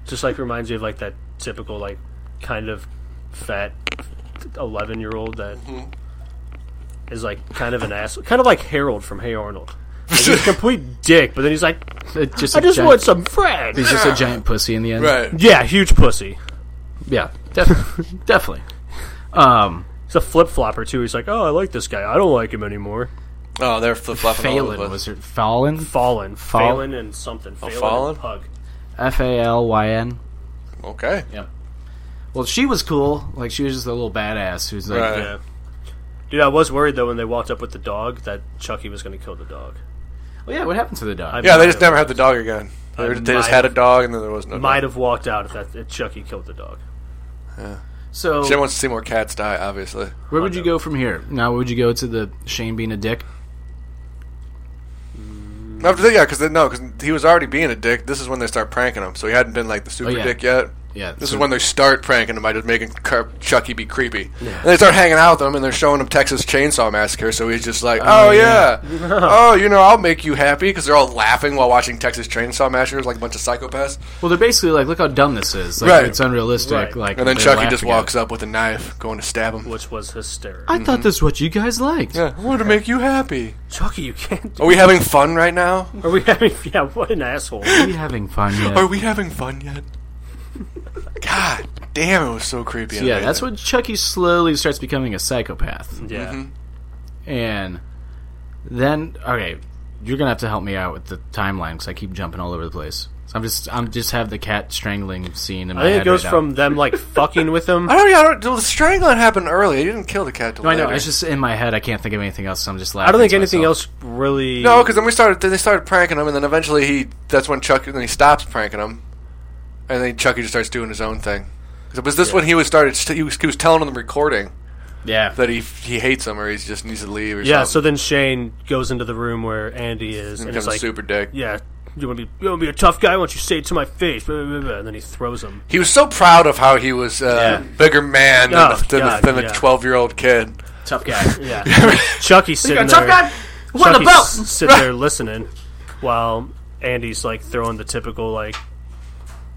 B: Just like reminds me of like that typical like kind of fat eleven year old that is
D: Mm-hmm.
B: like kind of an asshole, kind of like Harold from Hey Arnold. Like, he's a complete dick, but then he's like,
A: It uh, just
B: I
A: a
B: just
A: giant,
B: want some friends.
A: He's just a giant pussy in the end.
D: right.
B: Yeah, huge pussy.
A: Yeah, definitely. definitely. Um,
B: He's a flip flopper too. He's like, oh, I like this guy. I don't like him anymore.
D: Oh, they're flip flopping all over
A: Phelan
D: the
A: was
D: place.
A: her. Fallen?
B: Fallen,
A: Fall-
B: Fallen, and something. Fallen,
D: Fallen?
B: And Pug.
A: F A L Y N.
D: Okay.
A: Well, she was cool. Like, she was just a little badass who's like,
D: Right.
B: Yeah. Dude, I was worried though when they walked up with the dog that Chucky was going to kill the dog.
A: well, yeah, what happened to the dog?
B: I
D: Yeah, they just never had the dog again. They,
B: I
D: were- they just
B: might-
D: had a dog, and then there was no.
B: might
D: Dog.
B: have walked out if that if Chucky killed the dog.
A: So
D: She wants to see more cats die, obviously.
B: Hmm.
A: where would you go from here? Now would you go to the Shane being a dick?
D: No, but- yeah, because no, because he was already being a dick. This is when they start pranking him, so he hadn't been like the
B: Oh,
D: super
A: yeah.
D: dick yet.
A: Yeah.
D: This
A: so-
D: is when they start pranking him by just making Car- Chucky be creepy. And they start hanging out with him, and they're showing him Texas Chainsaw Massacre. So he's just like, "Oh, yeah, oh, you know, I'll make you happy," because they're all laughing while watching Texas Chainsaw Massacre like a bunch of psychopaths.
A: well, they're basically like, look how dumb this is. Like,
D: Right.
A: It's unrealistic.
B: Right.
A: Like,
D: And then
A: they
D: Chucky
A: laugh
D: just
A: together.
D: walks up with a knife, going to stab him.
B: Which was hysterical.
A: I thought this is what you guys liked.
D: Yeah, I wanted to make you happy.
B: Chucky, you can't. Do-
D: Are we having fun right now?
B: Are we having? Yeah, what an asshole.
A: Are we having fun yet?
D: Are we having fun yet? God damn, it was so creepy. and
A: yeah, that's
D: amazing.
A: when Chucky slowly starts becoming a psychopath,
B: Yeah,
A: and then okay, you're gonna have to help me out with the timeline because I keep jumping all over the place. So I'm just I'm just have the cat strangling scene in my
B: I think
A: head
B: it goes
A: right now.
B: from them like fucking with him.
D: I don't. I don't. The strangling happened early. He didn't kill the cat. Till
A: No, I know.
D: later.
A: It's just in my head. I can't think of anything else. So I'm just laughing.
B: I don't think
A: to
B: anything
A: myself.
B: else really.
D: No, because then we started. Then they started pranking him, and then eventually he. That's when Chuck. Then he stops pranking him, and then Chucky just starts doing his own thing. 'Cause it was this when he was started. He was, he was telling on the recording
A: Yeah.
D: that he he hates him or he just needs to leave or
B: Yeah. So
D: something.
B: then Shane goes into the room where Andy is, and
D: becomes
B: it's
D: a
B: like,
D: super dick.
B: yeah, you want to be, you want to be a tough guy? Why don't you say it to my face? Blah, blah, blah, blah. And then he throws him.
D: He was so proud of how he was uh, bigger man than
B: Oh,
D: the- than,
B: God,
D: the, than
B: yeah.
D: a twelve year old kid.
A: Tough guy.
B: Yeah. Chucky's sitting there.
A: What
B: Chucky's sitting there listening while Andy's like throwing the typical like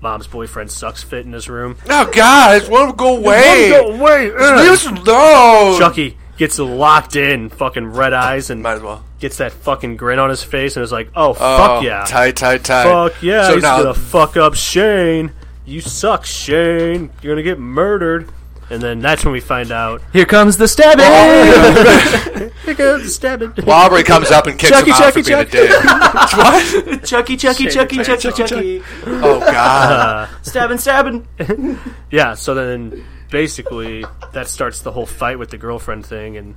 B: mom's boyfriend sucks fit in his room.
D: Oh God! Let him go away.
B: wait,
D: Leave us alone.
B: Chucky gets locked in, fucking red eyes, and
D: Might as well.
B: gets that fucking grin on his face, and is like, "Oh
D: Oh,
B: fuck yeah,
D: Tight, tight, tight.
B: fuck yeah,
D: So
B: he's
D: now
B: gonna fuck up Shane." "You suck, Shane. You're gonna get murdered." And then that's when we find out. Oh,
A: Here comes the stabbing.
B: Here goes stabbing.
D: Aubrey comes up and kicks
B: Chucky,
D: him out
B: Chucky,
D: for being a dick.
A: Chucky, Chucky, Chucky,
B: Chucky,
A: Chucky, Chucky.
D: Oh
B: Uh-huh.
D: God!
A: Stabbing, stabbing.
B: Yeah. So then basically that starts the whole fight with the girlfriend thing, and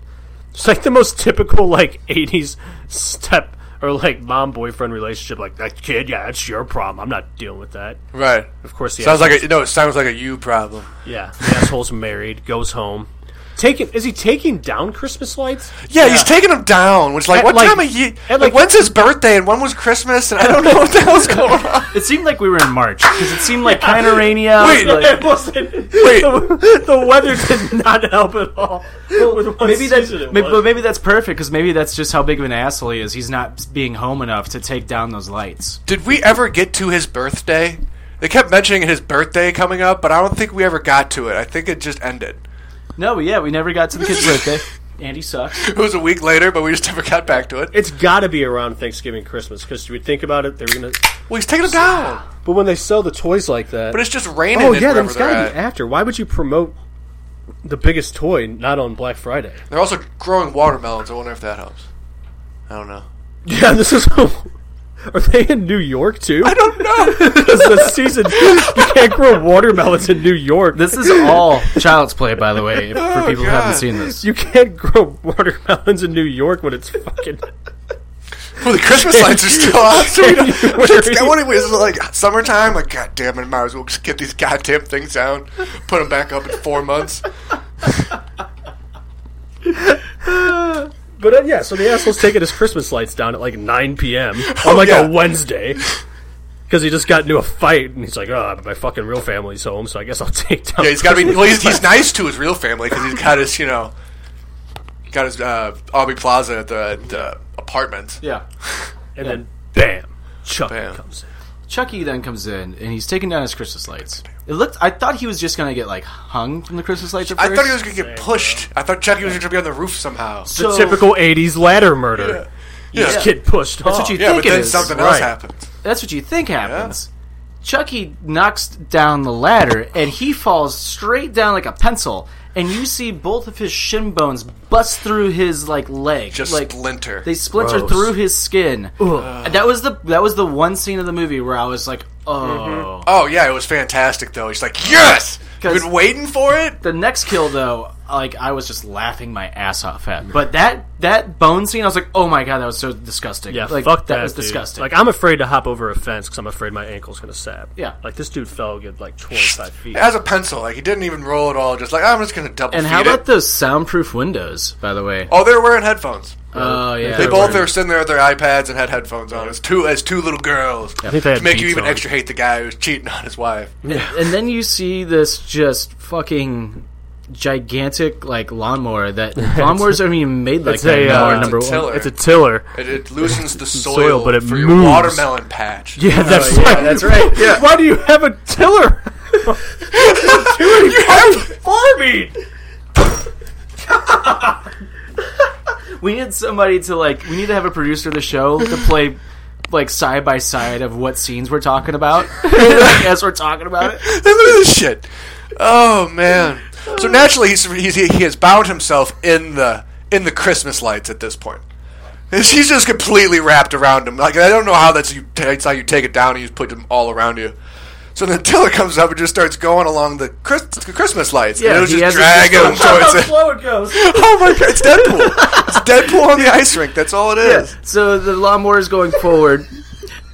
B: it's like the most typical like '80s step or like mom boyfriend relationship. Like that kid, yeah, that's your problem. I'm not dealing with that.
D: Right.
B: Of course, the
D: Sounds like a no. It sounds like a you problem.
B: Yeah, the asshole's married, goes home. Taking is he taking down Christmas lights?
D: Yeah, he's taking him down. Which like,
B: At,
D: what
B: like-
D: time of year?
B: at,
D: Like,
B: like-
D: when's his birthday and when was Christmas? And I don't know what the hell's going on.
A: It seemed like we were in March because it seemed like kind of rainy out.
D: Wait,
A: like-
B: It wasn't. The, the weather did not help at all.
A: maybe that's
B: it
A: maybe,
B: was.
A: but maybe that's perfect because maybe that's just how big of an asshole he is. He's not being home enough to take down those lights.
D: Did we ever get to his birthday? They kept mentioning his birthday coming up, but I don't think we ever got to it. I think it just ended.
A: No, but yeah, we never got to the kid's birthday. Andy sucks.
D: It was a week later, but we just never got back to it.
B: It's got to be around Thanksgiving, Christmas, because you would think about it, they're gonna.
D: Well, he's taking him down,
B: But when they sell the toys like that,
D: but it's just raining.
B: oh
D: in
B: yeah, then
D: wherever
B: it's
D: they're
B: got to be
D: at.
B: after. Why would you promote the biggest toy not on Black Friday?
D: They're also growing watermelons. I wonder if that helps. I don't know.
B: Yeah, this is. Are they in New York too? I don't know. the season you can't grow watermelons in New York.
A: This is all child's play, by the way, for people who haven't
D: God.
A: seen this.
B: You can't grow watermelons in New York when it's fucking.
D: Well, the Christmas lights are still on, so we don't, it's,
B: January.
D: what it was like summertime. Like, god damn it, might as well just get these goddamn things down, put them back up in four months.
B: But uh, yeah, so the asshole's taking his Christmas lights down at like 9 p.m. on like
D: Oh, yeah.
B: a Wednesday because he just got into a fight and he's like, "Oh, my fucking real family's home, so I guess I'll take down."
D: Yeah, he's got to be. Well, he's, he's nice to his real family because he's got his, you know, got his uh, Aubrey Plaza at the, at the apartment.
A: Yeah.
B: and then bam, Chucky
D: Bam.
B: comes in.
A: Chucky then comes in and he's taking down his Christmas lights. It looked. I thought he was just gonna get like hung from the Christmas lights at
D: I
A: first.
D: thought he was going to get pushed. I thought Chucky was going to be on the roof somehow.
A: so,
B: the typical '80s ladder murder.
D: Yeah,
B: This kid pushed. That's
A: what you
D: yeah,
A: think
D: but
A: it
D: then
A: is,
D: something else
B: right.
D: happened.
A: That's what you think happens. Chucky knocks down the ladder and he falls straight down like a pencil. And you see both of his shin bones bust through his like leg,
D: Just
A: like
D: splinter.
A: They splinter
B: Gross.
A: through his skin. That was the that was the one scene of the movie where I was like, oh.
D: oh yeah, it was fantastic though. He's like, yes, you've
A: 'Cause-
D: been waiting for it.
A: The next kill though, like I was just laughing my ass off at. But that that bone scene, I was like, oh my god, that was so disgusting.
B: Yeah,
A: like,
B: fuck that.
A: was
B: dude.
A: disgusting.
B: Like I'm afraid to hop over a fence because I'm afraid my ankle's gonna sap.
A: Yeah.
B: Like this dude fell a good like 25 feet.
D: As a pencil, like he didn't even roll at all. Just like I'm just going to double.
A: and
D: feed
A: how
D: it.
A: about those soundproof windows? By the way,
D: Oh, they're wearing headphones.
A: oh yeah,
D: They both are sitting there with their iPads and had headphones on. As two as two little girls,
B: think they had
D: to make you
B: beats
D: even
B: on.
D: extra hate the guy who's cheating on his wife.
A: And then you see this just fucking gigantic like lawnmower that lawnmowers aren't even made like
B: It's
A: that
B: a,
A: anymore,
B: uh,
A: number
D: it's a
A: one.
D: tiller.
B: It's a tiller.
D: It, it loosens the soil,
B: soil, but it
D: for your
B: moves.
D: watermelon patch.
B: Yeah, that's right. That's right. Why do you have a tiller? farming.
A: We need somebody to like. We need to have a producer of the show to play like side by side of what scenes we're talking about as we're talking about it.
D: Look at this shit. Oh man. So naturally, he's, he's he has bound himself in the in the Christmas lights at this point. And she's just completely wrapped around him. Like I don't know how that's you. That's how you take it down. You just put them all around you. So then Tiller comes up and just starts going along the Chris, Christmas lights.
A: Yeah,
D: and it'll
A: he has
D: just drag
A: his-
D: him towards it.
B: Slow it goes.
D: Oh my god, it's Deadpool. it's Deadpool on the ice rink. That's all it is.
A: So the lawnmower is going forward,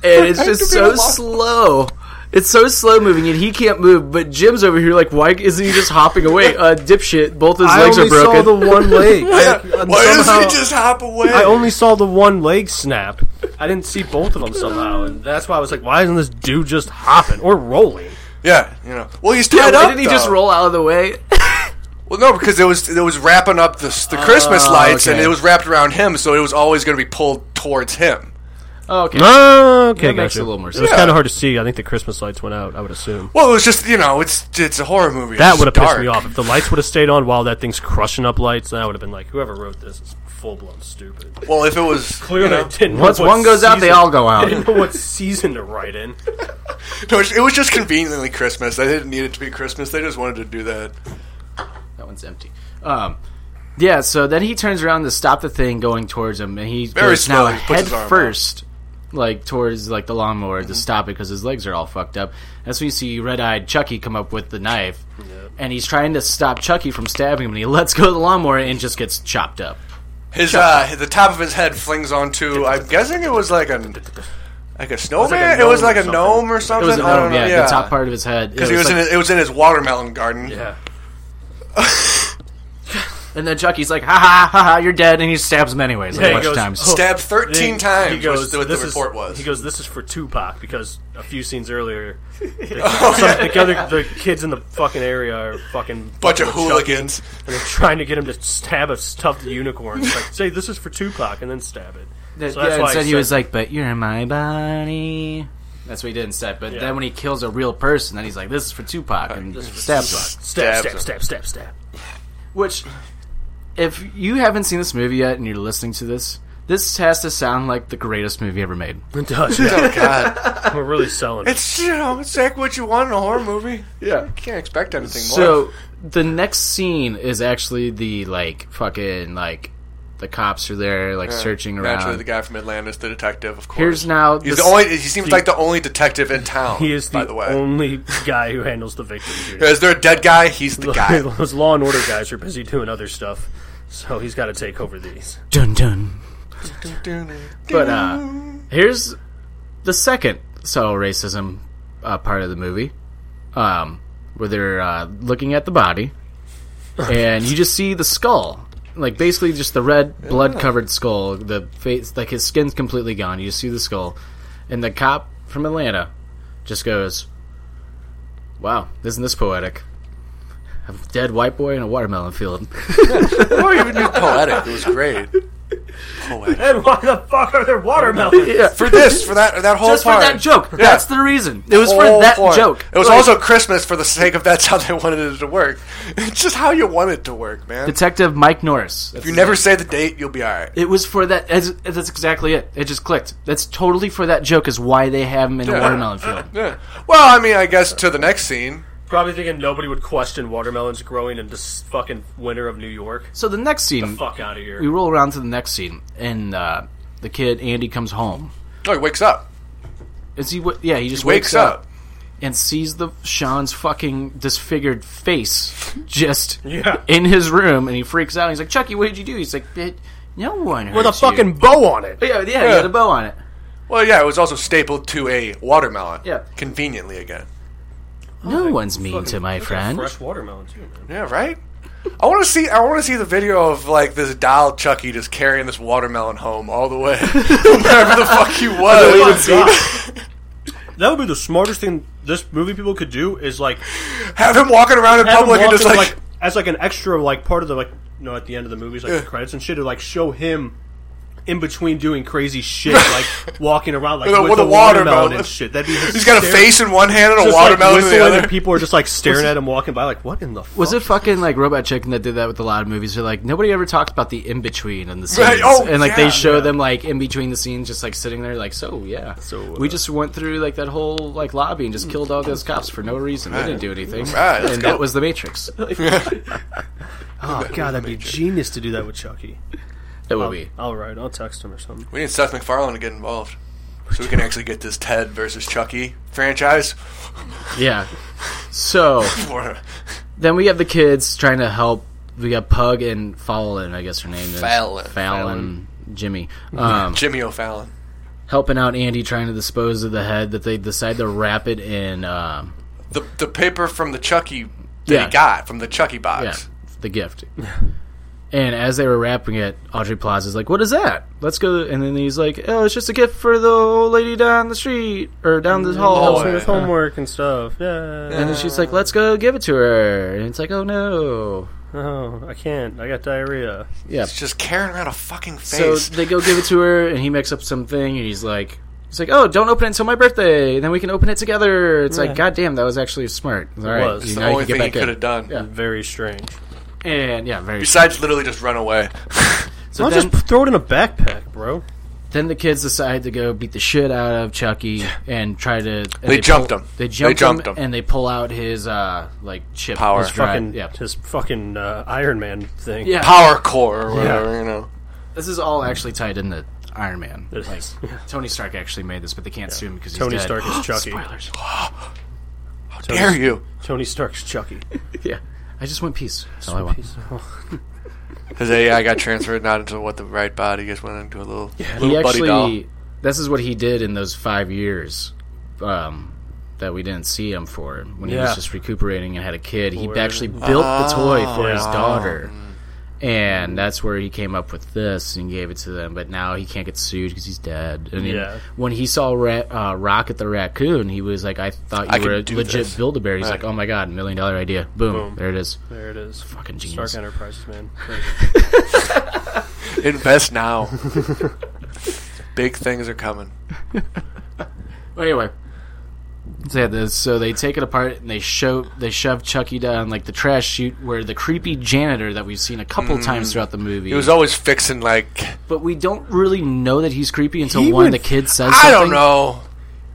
A: and it's just
D: to be a
A: so
D: lawn-
A: slow. It's so slow moving, and he can't move. But Jim's over here, like, why isn't he just hopping away? Uh, dipshit, both his
B: I
A: legs
B: only
A: are broken.
B: saw the one leg. I,
D: Why
B: somehow-
D: does he just hop away?
B: I only saw the one leg snap. I didn't see both of them somehow, and that's why I was like, "Why isn't this dude just hopping or rolling?"
D: yeah, you know. Well, he's
A: Yeah,
D: tied
A: why
D: up.
A: didn't he just
D: though.
A: roll out of the way?
D: Well, no, because it was it was wrapping up the, the Christmas lights, and
A: Ah, okay.
D: it was wrapped around him, so it was always going to be pulled towards him.
A: Oh, okay.
B: Ah, okay,
A: That makes
B: gotcha.
A: a little more
B: It was
A: sense.
B: kind of hard to see. I think the Christmas lights went out. I would assume
D: Well, it was just you know, it's it's a horror movie.
B: that
D: It's
B: would have pissed
D: dark.
B: me off. If the lights would have stayed on while that thing's crushing up lights, then I would have been like, whoever wrote this is full blown stupid.
D: Well, if it was
B: Clearly,
D: you know,
B: didn't. know
A: Once
B: what
A: one goes out, they
B: season-
A: all go
B: I
A: out.
B: didn't know what season to write in.
D: no, it was just conveniently Christmas. They didn't need it to be Christmas. They just wanted to do that.
A: That one's empty. Um, yeah. So then he turns around to stop the thing going towards him, and he
D: Very
A: goes now
D: slowly puts
A: head
D: his arm Mm-hmm. out.
A: first, like towards like the lawnmower to stop it because his legs are all fucked up. That's when you see red-eyed Chucky come up with the knife, and he's trying to stop Chucky from stabbing him, and he lets go of the lawnmower and just gets chopped up.
D: His uh, the top of his head flings onto. I'm guessing it was like a like a snowman. It
B: gnome
D: was like
B: or
D: a
B: something.
D: gnome or
A: It
D: something.
A: was a
D: I don't
A: gnome,
D: know,
A: yeah, the top part of his head.
D: Because he was in
A: like-
D: his, it was in his watermelon garden.
B: Yeah.
A: and then Chucky's like, "Ha ha ha ha, you're dead," and he stabs him anyways. Like
B: Yeah,
A: a
B: he
A: bunch of
B: goes,
A: times.
B: "Oh."
D: Stabbed 13 times.
B: He goes,
D: was what the
B: this
D: report
B: is,
D: was.
B: He goes, this is for Tupac because a few scenes earlier, the,
D: Oh,
B: some- the other the kids in the fucking area are fucking
D: bunch of
B: fucking with Chucky,
D: hooligans.
B: and they're trying to get him to stab a stuffed unicorn. It's like, say this is for Tupac, and then stab it.
A: That,
B: So that's
A: yeah,
B: why I
A: instead he
B: said-
A: was like, "But you're my body." That's what he did instead. But
B: Yeah.
A: then when he kills a real person, then he's like, "This is for Tupac," and stabs one.
B: Stab,
D: Stabs him.
B: stab, stab, stab, stab.
A: Which, if you haven't seen this movie yet and you're listening to this, this has to sound like the greatest movie ever made.
B: It does. Yeah.
D: Oh God!
B: We're really selling. it.
D: It's you know, it's like what you want in a horror movie.
A: Yeah.
D: You can't expect anything more.
A: So the next scene is actually the like fucking like the cops are there like searching
D: Naturally,
A: around.
D: the guy from Atlantis, the detective, of course.
A: Here's now
D: He's
A: the
D: the only. He seems like the only detective in town.
B: He is
D: by
B: the,
D: the way.
B: only guy who handles the victims. dude.
D: is there a dead guy? He's the guy.
B: Those law and order guys are busy doing other stuff, so he's got to take over these.
A: dun dun. But uh, here's the second subtle racism uh, part of the movie, um, where they're uh, looking at the body, and you just see the skull, like basically just the red blood-covered skull. The face, like his skin's completely gone. You just see the skull, and the cop from Atlanta just goes, "Wow, isn't this poetic?" A dead white boy in a watermelon field.
D: Or even just poetic. It was great. Poetic.
B: And why the fuck are there watermelons?
D: For this, for that, that whole
A: Just for
D: part.
A: that joke.
D: Yeah.
A: That's the reason. It was for
D: Whole
A: that
D: part.
A: joke.
D: It was
A: Like-
D: also Christmas for the sake of that's how they wanted it to work. It's just how you want it to work, man.
A: Detective Mike Norris.
D: if you never say the date, you'll be all right.
A: It was for that. That's, that's exactly it. It just clicked. That's totally for that joke. Is why they have him in a
D: Yeah.
A: watermelon field.
D: Yeah. Well, I mean, I guess to the next scene.
B: Probably thinking nobody would question watermelons growing in this fucking winter of New York.
A: So the next scene,
B: Fuck out of here.
A: we roll around to the next scene, and uh, the kid Andy comes home.
D: Oh, he wakes up.
A: Is he? wa- Yeah, he just
D: He wakes up.
A: and sees the Sean's fucking disfigured face just
B: Yeah.
A: in his room, and he freaks out. He's like, "Chucky, what did you do?" He's like, "It- "No one hurt
B: With a
A: you." Oh,
B: fucking bow on it.
A: yeah, yeah, yeah, he had a bow on it."
D: Well, yeah, it was also stapled to a watermelon.
A: Yeah.
D: Conveniently again.
A: No one's mean to my
B: Look at
A: friend.
B: Fresh watermelon, too, man.
D: Yeah, right. I want to see. I want to see the video of like this doll Chucky just carrying this watermelon home all the way, wherever the fuck he was.
B: Fuck Oh God. That would be the smartest thing this movie people could do is like
D: Have him walking around in
B: have him
D: public and
B: walk
D: just
B: in,
D: like,
B: like as like an extra like part of the like you know at the end of the movies like the credits and shit to like show him in between doing crazy shit like walking around like
D: With a-
B: with,
D: with
B: a
D: a watermelon.
B: watermelon and shit. That'd be
D: he's got a
B: hysterical.
D: face in one hand and a
B: Just,
D: watermelon in the
B: whistling
D: other.
B: and people are just like staring at him walking by like what in the fuck?
A: Was it fucking like Robot Chicken that did that with a lot of movies? They're like nobody ever talked about the in between and the scenes,
D: Right, oh,
A: and like
D: yeah,
A: they show
D: yeah.
A: them like in between the scenes, just like sitting there, like so yeah.
B: So, uh,
A: we just went through like that whole like lobby and just killed all those cops for no reason. They didn't do anything,
D: Right, let's
A: and
D: go.
A: that was the Matrix.
B: Oh god, that'd be genius to do that with Chucky.
A: That would be.
B: All right, I'll text him or something.
D: We need Seth MacFarlane to get involved, so we can actually get this Ted versus Chucky franchise.
A: Yeah. So
D: Or
A: then we have the kids trying to help. We got Pug and Fallon, I guess her name is
D: Fallon.
A: Fallon, Jimmy. Um,
D: Jimmy O'Fallon.
A: helping out Andy trying to dispose of the head that they decide to wrap it in. Um,
D: The the paper from the Chucky that
A: Yeah.
D: he got from the Chucky
A: Yeah,
D: box.
A: the gift. and as they were wrapping it, Audrey Plaza's like, "What is that? Let's go." And then he's like, "Oh, it's just a gift for the old lady down the street or down the hall."
D: Hallway.
B: With homework and stuff. Yeah.
A: And then she's like, "Let's go give it to her." And it's like, "Oh no."
B: Oh, I can't. I got diarrhea.
A: Yeah.
D: It's just carrying around a fucking
A: So
D: face.
A: they go give it to her, and he makes up something, and he's like, he's like, oh, don't open it until my birthday, and then we can open it together. It's
B: Yeah.
A: like, god damn, that was actually smart. All right,
B: was.
A: you-
D: it's the
A: now you
D: only
A: can
D: thing he
A: get
D: could
A: back
D: have done.
A: Yeah.
B: Very strange.
A: in. And yeah, very.
D: Besides, literally just run away.
A: So
B: I'll
A: then,
B: just p- throw it in a backpack, bro.
A: then the kids decide to go beat the shit out of Chucky and try to. and
D: They jumped
A: pull-
D: him.
A: They
D: They
A: jumped,
D: jumped
A: him,
D: him.
A: and they pull out his uh like chip
D: Power.
A: his drive-
B: Fucking
A: yeah.
B: his fucking uh, Iron Man thing.
A: Yeah.
D: Power core or whatever, you know.
A: This is all actually tied into Iron Man.
B: It
A: Like
B: is.
A: Tony Stark actually made this, but they can't sue him because
B: Tony
A: he's dead.
B: Stark is Chucky.
A: Spoilers.
D: How dare you?
B: Tony Stark's Chucky. oh,
A: Yeah. I just want peace. That's all Oh, I want.
D: His AI got transferred not into what the right body. Just went into a little,
A: he
D: little buddy doll.
A: actually this is what he did in those five years um, that we didn't see him for when he
B: Yeah.
A: was just recuperating and had a kid he
B: Word.
A: actually built the toy for his
D: Ah.
B: Yeah.
A: daughter and that's where he came up with this and gave it to them but now he can't get sued because he's dead and he-
B: Yeah.
A: when he saw Ra- uh, rocket the raccoon he was like i thought you
D: I
A: were
D: can
A: a
D: do
A: legit
D: this.
A: build-a-bear he's
D: Right.
A: like oh my god million dollar idea boom, there it is
B: There it is. Fucking
A: genius.
B: Stark Enterprises, man.
D: Invest now. Big things are coming.
A: Well, anyway, so, yeah, the- so they take it apart and they show they shove Chucky down like the trash chute where the creepy janitor that we've seen a couple times throughout the movie.
D: He Mm-hmm. was always fixing like
A: but we don't really know that he's creepy until
B: He
A: one of
B: would-
A: the kids says
D: I
A: something.
D: don't know.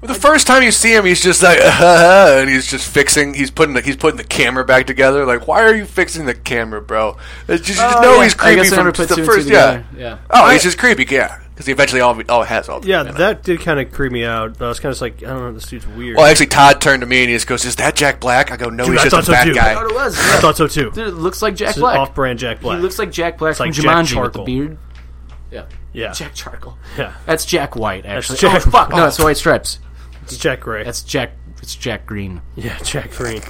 D: The first time you see him, he's just like, and he's just fixing. He's putting the he's putting the camera back together. Like, why are you fixing the camera, bro? It's just, you just
A: Oh,
D: know
A: yeah.
D: he's
A: I
D: creepy
A: guess I
D: from
A: never put
D: the
A: two and
D: first.
A: two
D: Yeah.
A: together. Yeah.
D: Oh, he's just creepy. Yeah, because eventually all all has all.
B: yeah, that did kind of creep me out. I was kind of like, I don't know, this dude's weird.
D: Well, actually, Todd turned to me and he just goes, "Is that Jack Black?" I go, "No,
B: Dude, I
D: he's
B: thought
D: just a
B: so
D: bad
B: too.
D: guy."
A: Thought it was.
B: I
A: Yeah.
B: thought so too.
A: Dude, it looks like Jack
B: It's an
A: Black.
B: off-brand Jack Black.
A: He looks like Jack Black from
B: like Jack
A: Jumanji with the
B: Charcoal.
A: beard. Yeah.
B: yeah,
A: Jack Charcoal.
B: yeah.
A: That's Jack White. Actually.
B: Jack-
A: Oh fuck! No, it's White Stripes.
B: It's Jack Gray.
A: That's Jack. It's Jack Green.
B: yeah, Jack Green.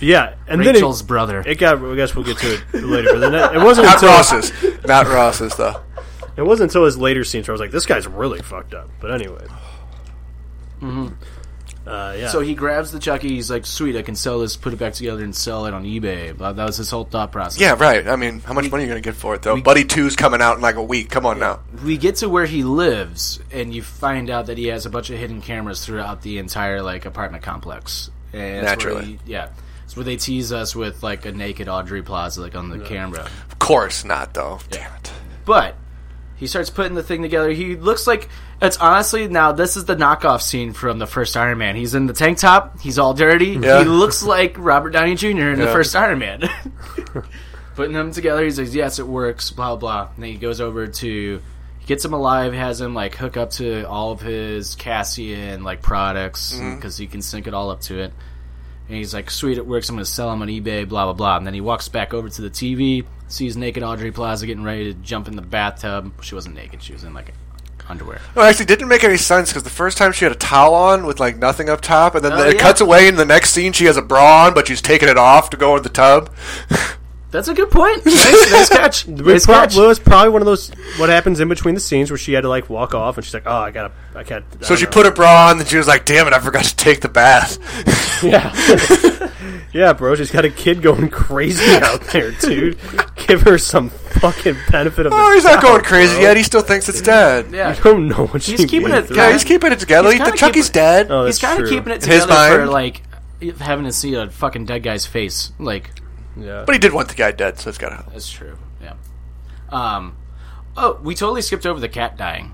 B: Yeah, and
A: Rachel's brother.
B: then it, it got. I guess we'll get to it later. But then that, it wasn't
D: Not
B: until
D: Ross's, not Ross's though.
B: it wasn't until his later scenes where I was like, this guy's really fucked up. But anyway. Uh, yeah.
A: So he grabs the Chucky. He's like, "Sweet, I can sell this, put it back together, and sell it on eBay." Blah, that was his whole thought process.
D: Yeah, right. I mean, how much money are you gonna get for it though? Buddy Two's coming out in like a week. Come on now.
A: We get to where he lives, and you find out that he has a bunch of hidden cameras throughout the entire like apartment complex. And that's where
D: Naturally.
A: he- yeah. It's where they tease us with like a naked Audrey Plaza like on the camera.
D: Of course not though. Damn it.
A: But he starts putting the thing together. He looks like it's honestly now this is the knockoff scene from the first Iron Man. He's in the tank top. He's all dirty.
D: Yeah.
A: He looks like Robert Downey Jr. in the
D: Yeah.
A: first Iron Man. putting them together. He says, "Yes, it works." Blah blah. And then he goes over to. He gets him alive, has him like hook up to all of his Cassian like products
D: Mm-hmm.
A: because he can sync it all up to it. And he's like, "Sweet, it works. I'm going to sell them on eBay." Blah blah blah. And then he walks back over to the TV, sees naked Audrey Plaza getting ready to jump in the bathtub. She wasn't naked; she was in like underwear.
D: No, actually, it didn't make any sense because the first time she had a towel on with like nothing up top, and then
A: Oh,
D: it
A: yeah.
D: cuts away in the next scene. She has a bra on, but she's taking it off to go in the tub.
A: That's a good point. Nice, nice catch.
B: We
A: Nice
B: prob-
A: catch.
B: it was probably one of those what happens in between the scenes where she had to like walk off and she's like, oh, I gotta, I can't. I
D: So
B: don't
D: she
B: know."
D: put a bra on, and she was like, "Damn it, I forgot to take the bath."
B: yeah, bro, she's got a kid going crazy out there, dude. Give her some fucking benefit of the
D: oh, he's not
B: doubt.
D: going crazy yet. He still thinks it's dead. Yeah,
A: Yeah,
B: I don't know what she's
A: keeping it-
D: he's keeping it together.
A: He's
D: He-
A: kinda
D: Chucky's
A: keeping-
D: dead.
B: Oh,
A: he's
B: that's
A: kind of
B: true.
A: keeping it
D: his
A: together for
D: mind.
A: like having to see a fucking dead guy's face. Like
B: Yeah.
D: But he did want the guy dead, so it's gotta help.
A: that's true. Yeah. Um. Oh, we totally skipped over the cat dying.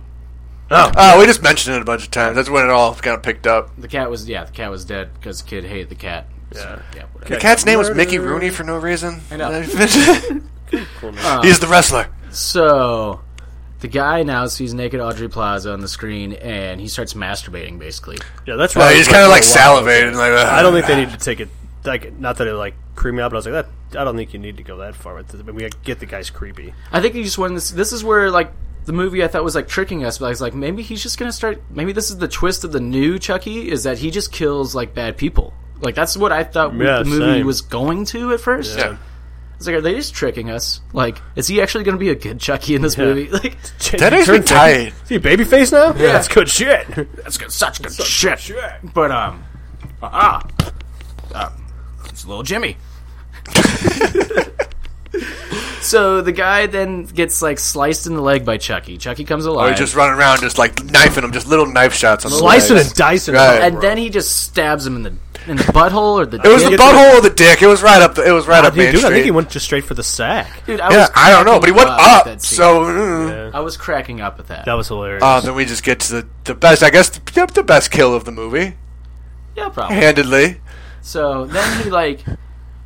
D: Oh, we just mentioned it a bunch of times. That's when it all kind of picked up.
A: The cat was yeah. The cat was dead because kid hated the cat. So, yeah. Whatever.
D: The cat's name was Mickey Rooney for no reason. I
A: know.
D: he's the wrestler.
A: So the guy now sees naked Audrey Plaza on the screen and he starts masturbating basically.
B: yeah, that's
D: Uh,
B: right.
D: he's kind of like salivating. Like, uh,
B: I don't think they need to take it. Like, not that it like creeped me out, but I was like, that. I don't think you need to go that far with it. But we get the guy's creepy.
A: I think he just wanted this this is where like the movie I thought was like tricking us, but I was like, maybe he's just gonna start maybe this is the twist of the new Chucky is that he just kills like bad people. Like that's what I thought we-
B: Yeah,
A: the movie
B: same.
A: was going to at first.
D: Yeah.
A: It's like, are they just tricking us? Like, is he actually going to be a good Chucky in this
B: Yeah.
A: movie? Like,
D: That is
B: Turns out-
D: tight.
B: Is he babyface now? Yeah, that's good shit.
A: that's good, such good shit. But um, ah, uh, it's little Jimmy. So the guy then gets like sliced in the leg by Chucky. Chucky comes
D: Or
A: alive.
D: Oh, just running around, just like knifing him, just little knife shots on the
B: Slicing
D: legs.
B: and dicing.
D: Right.
A: and then he just stabs him in the in the butthole or the
D: It was the
A: dick.
D: butthole of the dick. It was right up. The, it was right
B: How
D: up
B: do you
D: Main
B: do it? I
D: Street.
B: think he went just straight for the sack.
A: Dude, I
D: yeah,
A: was
D: I don't know, but he went
A: cracking at
D: up.
A: that scene.
D: So mm.
A: I was cracking up at that.
B: That was hilarious.
D: Uh, then we just get to the, the best. I guess the, the best kill of the movie,
A: Yeah, probably.
D: handedly.
A: So then he like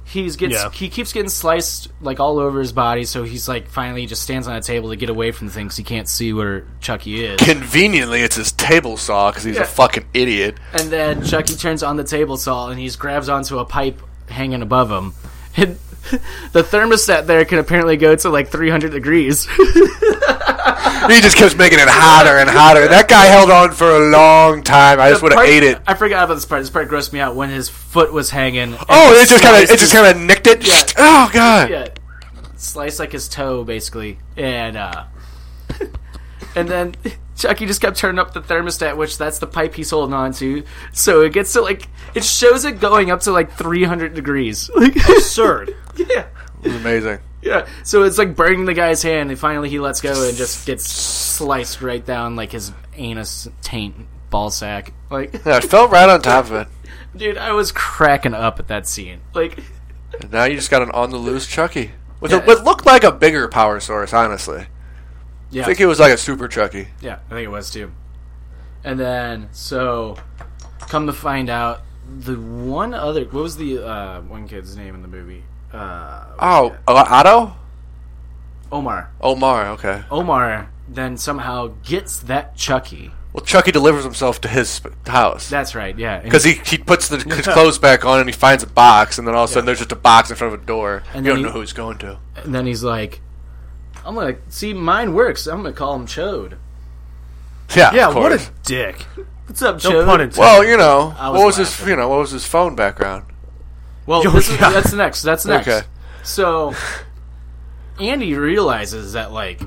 A: he's gets
B: Yeah.
A: he keeps getting sliced like all over his body. So he's like finally just stands on a table to get away from things. He can't see where Chucky is.
D: Conveniently, it's his table saw because he's
A: Yeah.
D: a fucking idiot.
A: And then Chucky turns on the table saw and he grabs onto a pipe hanging above him. And the thermostat there can apparently go to like 300 degrees.
D: He just keeps making it hotter and hotter. That guy held on for a long time. I just would have
A: Part-
D: ate it.
A: I forgot about this part. This part grossed me out when his foot was hanging. and
D: Oh,
A: he
D: it just kind of
A: sliced
D: it
A: his-
D: just kind of nicked it.
A: Yeah.
D: Oh god.
A: yeah, sliced like his toe basically, and uh, and then Chucky just kept turning up the thermostat, which that's the pipe he's holding on to. So it gets to like it shows it going up to like 300 degrees. Like
B: Absurd.
A: yeah.
D: It was amazing.
A: Yeah, so it's like burning the guy's hand, and finally he lets go and just gets sliced right down like his anus, taint, ball sack. Like,
D: Yeah, it fell right on top of it.
A: dude, I was cracking up at that scene. Like,
D: And now you just got an on the loose Chucky with
A: Yeah.
D: a, what looked like a bigger power source. Honestly,
A: yeah,
D: I think it was like a super Chucky.
A: Yeah, I think it was too. And then, so, come to find out, the one other, what was the uh, one kid's name in the movie? Uh,
D: Oh, uh, Otto,
A: Omar.
D: Omar. Okay.
A: Omar then somehow gets that Chucky.
D: Well, Chucky delivers himself to his sp- house
A: That's right, yeah. And,
D: because he, he puts the, his clothes back on and he finds a box, and then all of a sudden there's just a box in front of a door.
A: And then
D: you don't
A: he-
D: know who he's going to.
A: and then he's like, I'm gonna, see, mine works. I'm gonna call him Chode.
D: Yeah,
B: Yeah,
D: Of
B: what
D: course.
B: a dick.
A: What's up,
B: No
A: Chode?
B: pun intended.
D: well, you know,
A: I
D: what was
A: was
D: his
A: laughing.
D: you know what was his phone background?
A: Well,
B: Yo,
A: this is,
B: yeah.
A: that's next. That's next.
D: Okay.
A: So, Andy realizes that like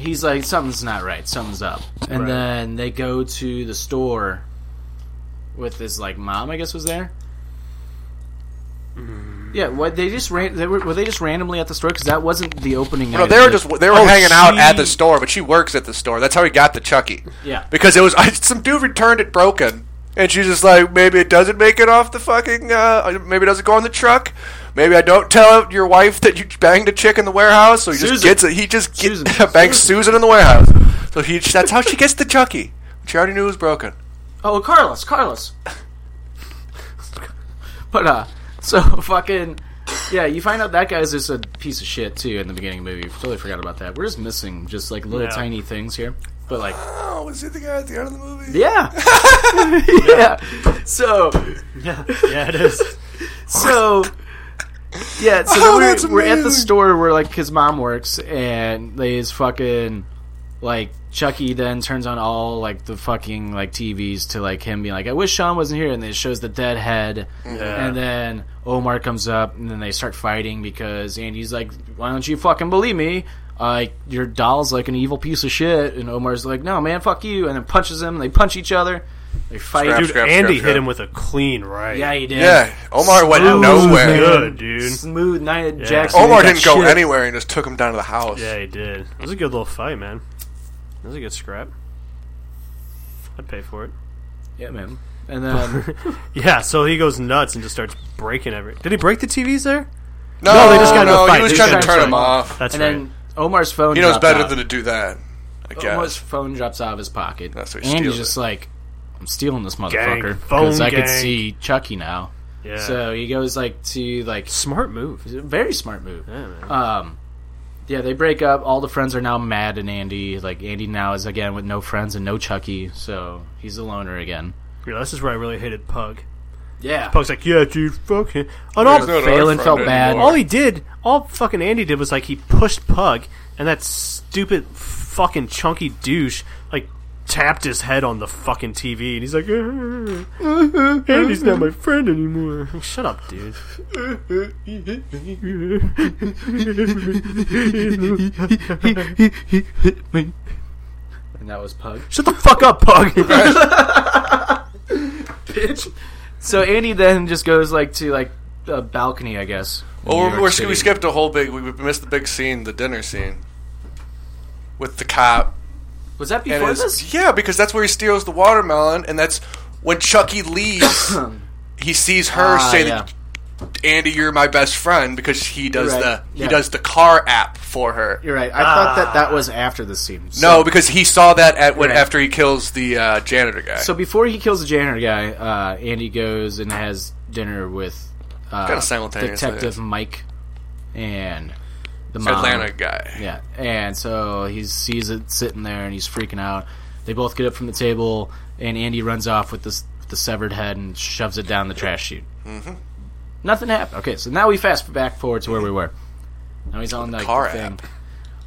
A: he's like something's not right. Something's up. And then they go to the store with his like mom. I guess was there.
D: Mm.
A: Yeah, what they just ran? They were, were they just randomly at the store because that wasn't the opening.
D: No,
A: night.
D: they were just they were
A: Oh,
D: hanging out at the
B: she-
D: store, but she works at the store. That's how he got the Chucky.
A: Yeah.
D: because it was some dude returned it broken, and she's just like, maybe it doesn't make it off the fucking, uh, maybe it doesn't go on the truck. Maybe I don't tell your wife that you banged a chick in the warehouse, so he just
A: Susan.
D: gets it. He just get,
A: Susan.
D: bangs Susan in the warehouse. So he that's how she gets the Chucky. She already knew it was broken.
A: Oh, Carlos, Carlos. but uh, so fucking yeah. You find out that guy's just a piece of shit too in the beginning of the movie. Totally forgot about that. We're just missing just like little
B: Yeah.
A: tiny things here. But like,
D: Oh, was he the guy at the end of the movie?
A: yeah, yeah. So
B: Yeah, yeah, it is.
A: so yeah. So then
D: Oh, that's
A: we're, we're at the
D: amazing.
A: store where like his mom works, and they is fucking like Chucky then turns on all like the fucking like TVs to like him being like, I wish Sean wasn't here, and then it shows the dead head.
B: Yeah.
A: And then Omar comes up, and then they start fighting because Andy's like, "Why don't you fucking believe me? Like your doll's like an evil piece of shit." And Omar's like, "No, man, fuck you!" And then punches him. And they punch each other. They fight.
D: Scrap,
B: Dude,
D: scrap,
B: Andy
D: scrap.
B: hit him with a clean right.
A: Yeah, he did.
D: Yeah, Omar went
B: Smooth,
D: nowhere.
B: man. Good, dude.
A: Smooth night, Jackson.
D: Omar
A: got
D: didn't go
A: shit.
D: anywhere and just took him down to the house.
B: Yeah, he did. It was a good little fight, man. That was a good scrap. I'd pay for it.
A: Yeah, man. And then
B: Yeah, so he goes nuts and just starts breaking every. Did he break the TVs there?
D: No,
B: No, they just got into a
D: no,
B: fight.
D: he was
B: They
D: trying
A: just
D: to
A: got
D: turn
A: into a
D: him
A: fight.
D: off.
B: That's
A: and
B: right.
A: then Omar's phone.
D: He knows
A: dropped
D: better
A: out.
D: than to do that. I guess.
A: Omar's phone drops out of his pocket.
D: That's what he
A: and
D: steals
A: he's just
D: it.
A: like, "I'm stealing this
B: Gang,
A: motherfucker
B: phone
A: because I
B: gang.
A: could see Chucky now."
B: yeah.
A: So he goes like to like
B: Smart move. Uh,
A: It's a Very smart move.
B: Yeah, man.
A: Um, yeah, they break up. All the friends are now mad at Andy. Like Andy now is again with no friends and no Chucky, so he's a loner again.
B: Yeah, this is where I really hated Pug.
A: Yeah,
B: Pug's like, yeah, dude, fuck him. And
D: There's
B: all,
D: no
A: Phelan
D: Northrend
A: felt bad.
D: anymore.
B: all he did, all fucking Andy did was like he pushed Pug, and that stupid fucking chunky douche like tapped his head on the fucking TV, and he's like, "Uh, Andy's not my friend anymore. Like, Shut up, dude.
A: and that was Pug.
B: Shut the fuck up, Pug.
A: So Andy then just goes like to like a balcony, I guess.
D: Well,
A: New
D: we're,
A: York
D: we're,
A: City.
D: we skipped a whole big. We we missed the big scene, the dinner scene, with the cop.
A: Was that
D: And
A: before
D: his-
A: this?
D: yeah, because that's where he steals the watermelon, and that's when Chucky leaves. he sees her
A: Ah,
D: say
A: yeah.
D: that Andy, you're my best friend, because he does
A: You're right.
D: the he
A: Yeah.
D: does the car app for her.
A: You're right. I thought that that was after the scene. So,
D: No, because he saw that at when
A: Right.
D: after he kills the uh, janitor guy.
A: So before he kills the janitor guy, uh, Andy goes and has dinner with uh,
D: Kinda simultaneously.
A: Detective Mike and the mom.
D: Atlanta guy.
A: Yeah, and so he sees it sitting there, and he's freaking out. They both get up from the table, and Andy runs off with this the severed head and shoves it down the trash chute. Mm-hmm. Nothing happened. Okay, so now we fast back forward to where we were. Now he's on like,
D: Car
A: the thing.
D: app.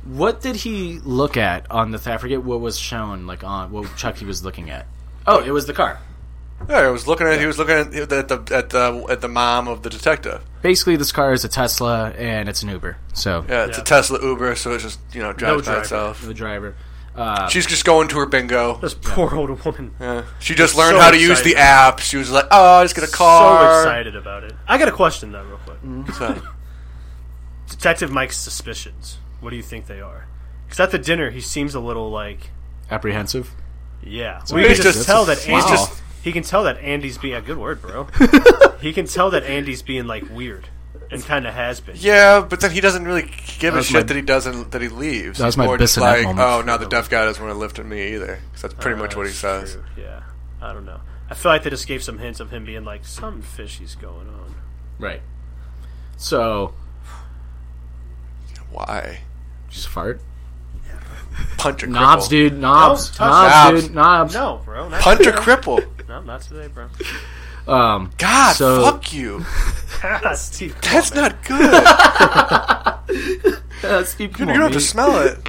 A: What did he look at on the? I forget what was shown, like on what Chucky was looking at. Oh, it was the car.
D: Yeah, I was looking at he was looking at at the at the at the mom of the detective.
A: Basically, this car is a Tesla, and it's an Uber. So
D: Yeah, it's a
B: Yeah.
D: Tesla Uber, so it just you know drives by
B: driver.
D: itself.
A: the driver.
D: She's just going to her bingo.
B: This poor old woman.
D: Yeah. She just learned
B: so
D: how to use the
B: excited.
D: app. She was like, "Oh, I just get a
B: So
D: car."
B: excited about it. I got a question though, real quick.
D: So-
B: Detective Mike's suspicions. What do you think they are? Because at the dinner, he seems a little like
A: Apprehensive.
B: yeah. we can
D: he's
B: just,
D: just-
B: tell that
A: wow.
B: Andy's he can tell that Andy's being a good word, bro. he can tell that Andy's being like weird and kind of has been.
D: Yeah, but then he doesn't really give a
A: was
D: shit
A: my-
D: that he doesn't that he leaves.
A: That was
D: He's
A: my
D: more just
A: Bissonette
D: like,
A: moment.
D: oh, now the deaf guy doesn't want to lift with me either. 'Cause that's pretty much what he
B: Uh, That's
D: says.
B: true, Yeah, I don't know. I feel like they just gave some hints of him being like something fishy's going on.
A: Right. So
D: Why?
A: just fart.
D: Punch a
A: Knobs,
D: cripple.
A: dude. Knobs.
B: Don't touch
A: Knobs,
D: Knobs.
A: dude. Knobs.
B: No, bro. Not
D: Punch a
B: today.
D: cripple.
B: No, not today, bro.
A: Um,
D: God,
A: So-
D: fuck you.
B: Steve,
D: That's not good. you
A: that's you,
D: don't have to smell it.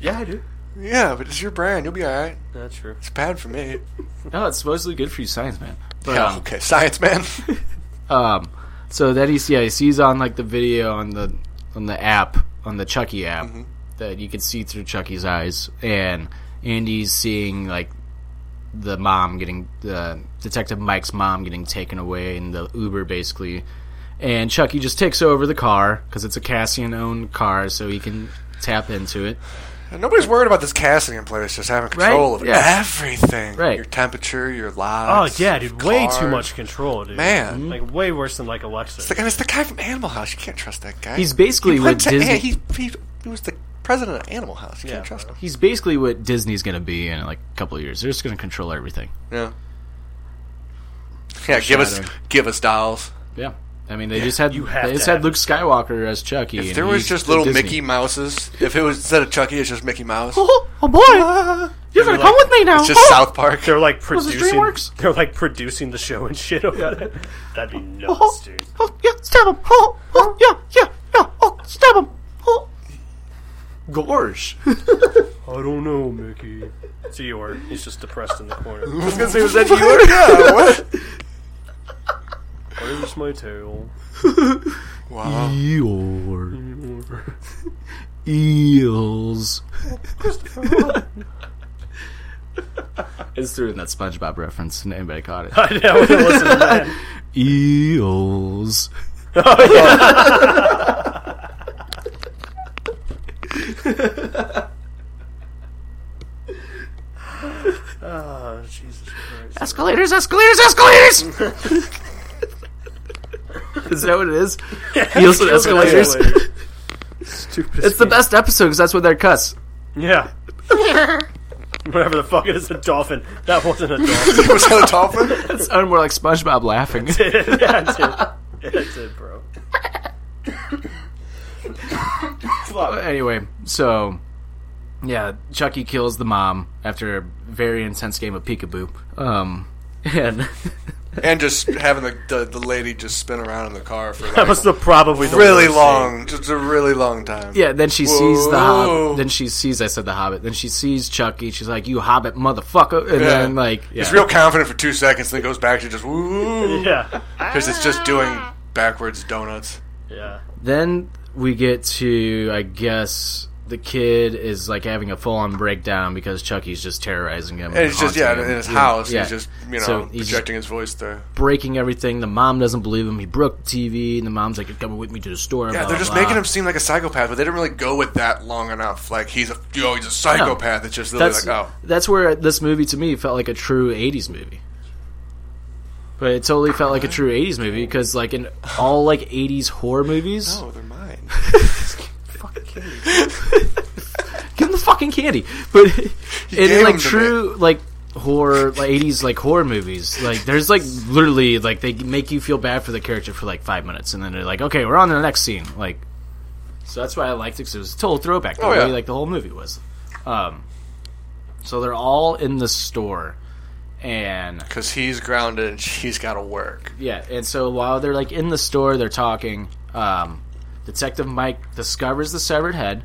B: yeah, I do.
D: Yeah, but it's your brand. You'll be all right.
B: That's true.
D: It's bad for me.
A: No, it's supposedly good for you, science man. But,
D: Yeah, okay, science man.
A: um, so that he, yeah, he sees on like the video on the on the app on the Chucky app that you can see through Chucky's eyes, and Andy's seeing like the mom getting uh, Detective Mike's mom getting taken away in the Uber basically, and Chucky just takes over the car because it's a Cassian owned car, so he can tap into it.
D: And Nobody's worried about this casting in place. Just having control
A: Right?
D: of
A: Yeah.
D: everything.
A: Right.
D: Your temperature, your
B: Oh
D: lives.
B: yeah, dude. Way
D: cars.
B: too much Mm-hmm. control, dude.
D: Man.
B: like way worse than like Alexa.
D: It's the, and it's the guy from Animal House. You can't trust that guy.
A: He's basically
D: he
A: what
D: went to,
A: Disney.
D: An- he, he, he was the president of Animal House. You
B: Yeah,
D: can't trust him.
A: He's basically what Disney's going to be in like a couple of years. They're just going to control everything.
D: Yeah. Yeah, give us
A: Foreshadowing.
D: give us dolls.
A: Yeah, I mean they just had
B: you have
A: they
B: to
A: just
B: have
A: had
B: it.
A: Luke Skywalker as Chucky.
D: If
A: and
D: there was
A: he's
D: just little
A: Disney.
D: Mickey Mouses, if it was instead of Chucky, it's just Mickey Mouse.
A: Oh, oh boy, you're going to come with me now.
D: It's just
A: Oh!
D: South Park.
B: they're like
A: this
B: producing.
A: DreamWorks?
B: They're like producing the show and shit over there. That'd be nuts,
A: Oh,
B: dude.
A: oh, yeah, stab him. Oh, oh, yeah, yeah, yeah. Oh, stab him. Oh, gorge.
B: I don't know, Mickey. It's Eeyore. He's just depressed in the corner.
D: was that you? yeah. What?
B: Where's my tail?
D: Wow.
A: Eeyore. Eels. it's through that SpongeBob reference, and anybody caught it.
B: I know. I wouldn't listen to that.
A: Eels.
B: Oh, Jesus Christ.
A: Escalators, escalators, escalators! is that what it is? Eels and escalators.
B: Stupid.
A: It's the best episode because that's what they're cuss.
B: Yeah. Whatever the fuck it is, a dolphin. That wasn't a dolphin.
D: was that a dolphin?
A: It's sounded more like SpongeBob laughing.
B: yeah, it did. It did, bro. Fuck.
A: anyway, so yeah, Chucky kills the mom after a very intense game of peekaboo. Um, and
D: and just having the, the the lady just spin around in the car for
B: That
D: like
B: was the probably the
D: really
B: worst
D: long, just a really long time.
A: yeah, then she sees the
D: Whoa.
A: hobbit. Then she sees I said the hobbit. Then she sees Chucky. She's like, "You hobbit motherfucker!" And then like, yeah.
D: He's real confident for two seconds, then goes back to just woo
B: scene. Yeah.
D: because it's just doing backwards donuts.
B: Yeah.
A: Then we get to I guess the kid is like having a full on breakdown because Chucky's just terrorizing him.
D: And it's just yeah,
A: haunting
D: in
A: him.
D: his house,
A: Yeah.
D: he's just you know
A: So he's just-
D: projecting his voice there.
A: breaking everything. The mom doesn't believe him. He broke the TV, and the mom's like, "You're coming with me to the store."
D: Yeah,
A: blah,
D: they're just
A: blah.
D: making him seem like a psychopath, but they didn't really go with that long enough. Like he's a you know, he's a psychopath. It's just literally
A: That's
D: like oh
A: that's where this movie to me felt like a true '80s movie. But it totally felt like a true '80s movie because, like, in all like '80s horror movies,
D: no, they're mine.
A: give him the fucking candy. But and
D: gave
A: in like
D: them to
A: true like horror like 80s like horror movies like there's like literally like they make you feel bad for the character for like five minutes and then they're like okay we're on to the next scene like so that's why i liked it 'cause it was a total throwback the
D: Oh,
A: way
D: yeah.
A: like the whole movie was um so they're all in the store and
D: Because he's grounded and she's got to work.
A: yeah, and so while they're like in the store, they're talking. Um, Detective Mike discovers the severed head,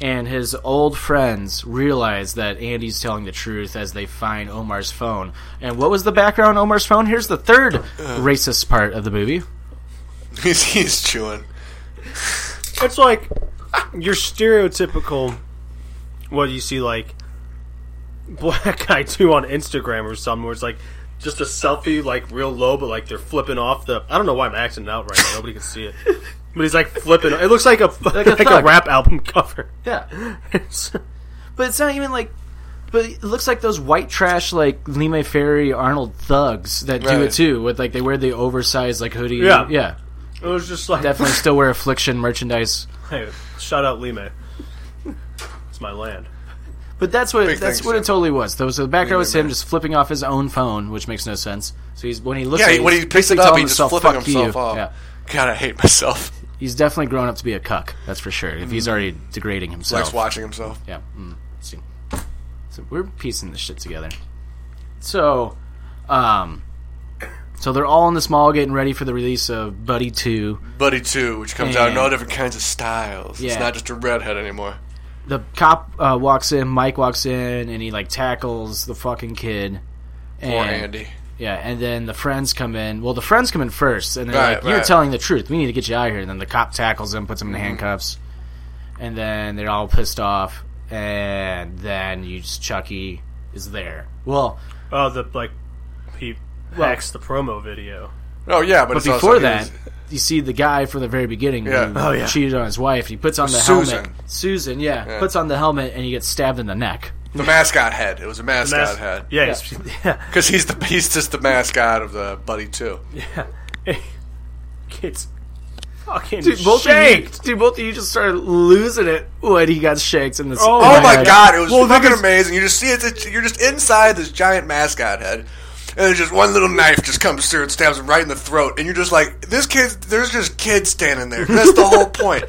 A: and his old friends realize that Andy's telling the truth as they find Omar's phone. And what was the background on Omar's phone? Here's the third racist part of the movie.
D: he's he's chewing.
B: It's like your stereotypical what you see like black guy do on Instagram or something where it's like just a selfie like real low but like they're flipping off the I don't know why I'm acting out right now, nobody can see it. But he's like flipping it looks like a like
A: a
B: a,
A: thug.
B: rap album cover.
A: Yeah,
B: It's-
A: but it's not even like. But it looks like those white trash like Lima Ferry Arnold thugs that do
D: Right.
A: it too. With like they wear the oversized like hoodie.
B: Yeah.
A: yeah,
B: it was just like
A: definitely still wear affliction merchandise.
B: hey, shout out Lime. It's my land.
A: But that's what
D: Big
A: that's
D: thanks,
A: what
D: Sam.
A: it totally was. Though, so the background was
D: Wait a
A: him just flipping off his own phone, which makes no sense. So he's when he looks,
D: Yeah,
A: at
D: he- when
A: he's
D: he picks it
A: basically
D: up,
A: telling
D: he's just flipping
A: "Fuck
D: himself
A: you."
D: off.
A: Yeah,
D: God, I hate myself.
A: he's definitely grown up to be a cuck. That's for sure. If
D: Mm-hmm.
A: he's already degrading himself,
D: Likes watching himself.
A: yeah. Mm, see. So we're piecing this shit together. So, um, so they're all in this mall getting ready for the release of Buddy Two.
D: Buddy too, which comes out in
A: Yeah.
D: all different kinds of styles. It's
A: Yeah.
D: not just a redhead anymore.
A: the cop uh, walks in, Mike walks in, and he like tackles the fucking kid. And,
D: Poor Andy.
A: Yeah, and then the friends come in. Well, the friends come in first, and they're
D: Right,
A: like, "You're
D: right. Mm-hmm.
A: telling the truth. We need to get you out of here." And then the cop tackles him, puts him in handcuffs, and then they're all pissed off. And then you just Chucky is there. Well,
B: Oh, the like he hacks the promo video.
D: Oh yeah, but,
A: but
D: it's also-
A: before
D: he's-
A: that, you see the guy from the very beginning
D: Yeah.
A: who
B: Oh, yeah.
A: cheated on his wife. He puts on the
D: Susan.
A: helmet. Susan, yeah, puts on the helmet, and he gets stabbed in the neck.
D: the mascot head. It was a mascot
B: Mas-
D: head.
B: Yeah, he's- yeah.
D: Because he's the he's just the mascot of the Buddy too.
B: Kids fucking
A: Dude, both
B: shanked.
A: Of you, dude, both of you just started losing it when he got shanked in this.
B: Oh
D: Oh
B: Yeah.
D: my god, it was
B: Well,
D: fucking
B: because-
D: amazing. You just see it. it's- You're just inside this giant mascot head, and there's just one little knife just comes through and stabs him right in the throat. And you're just like, this kid. There's just kids standing there. That's the whole point.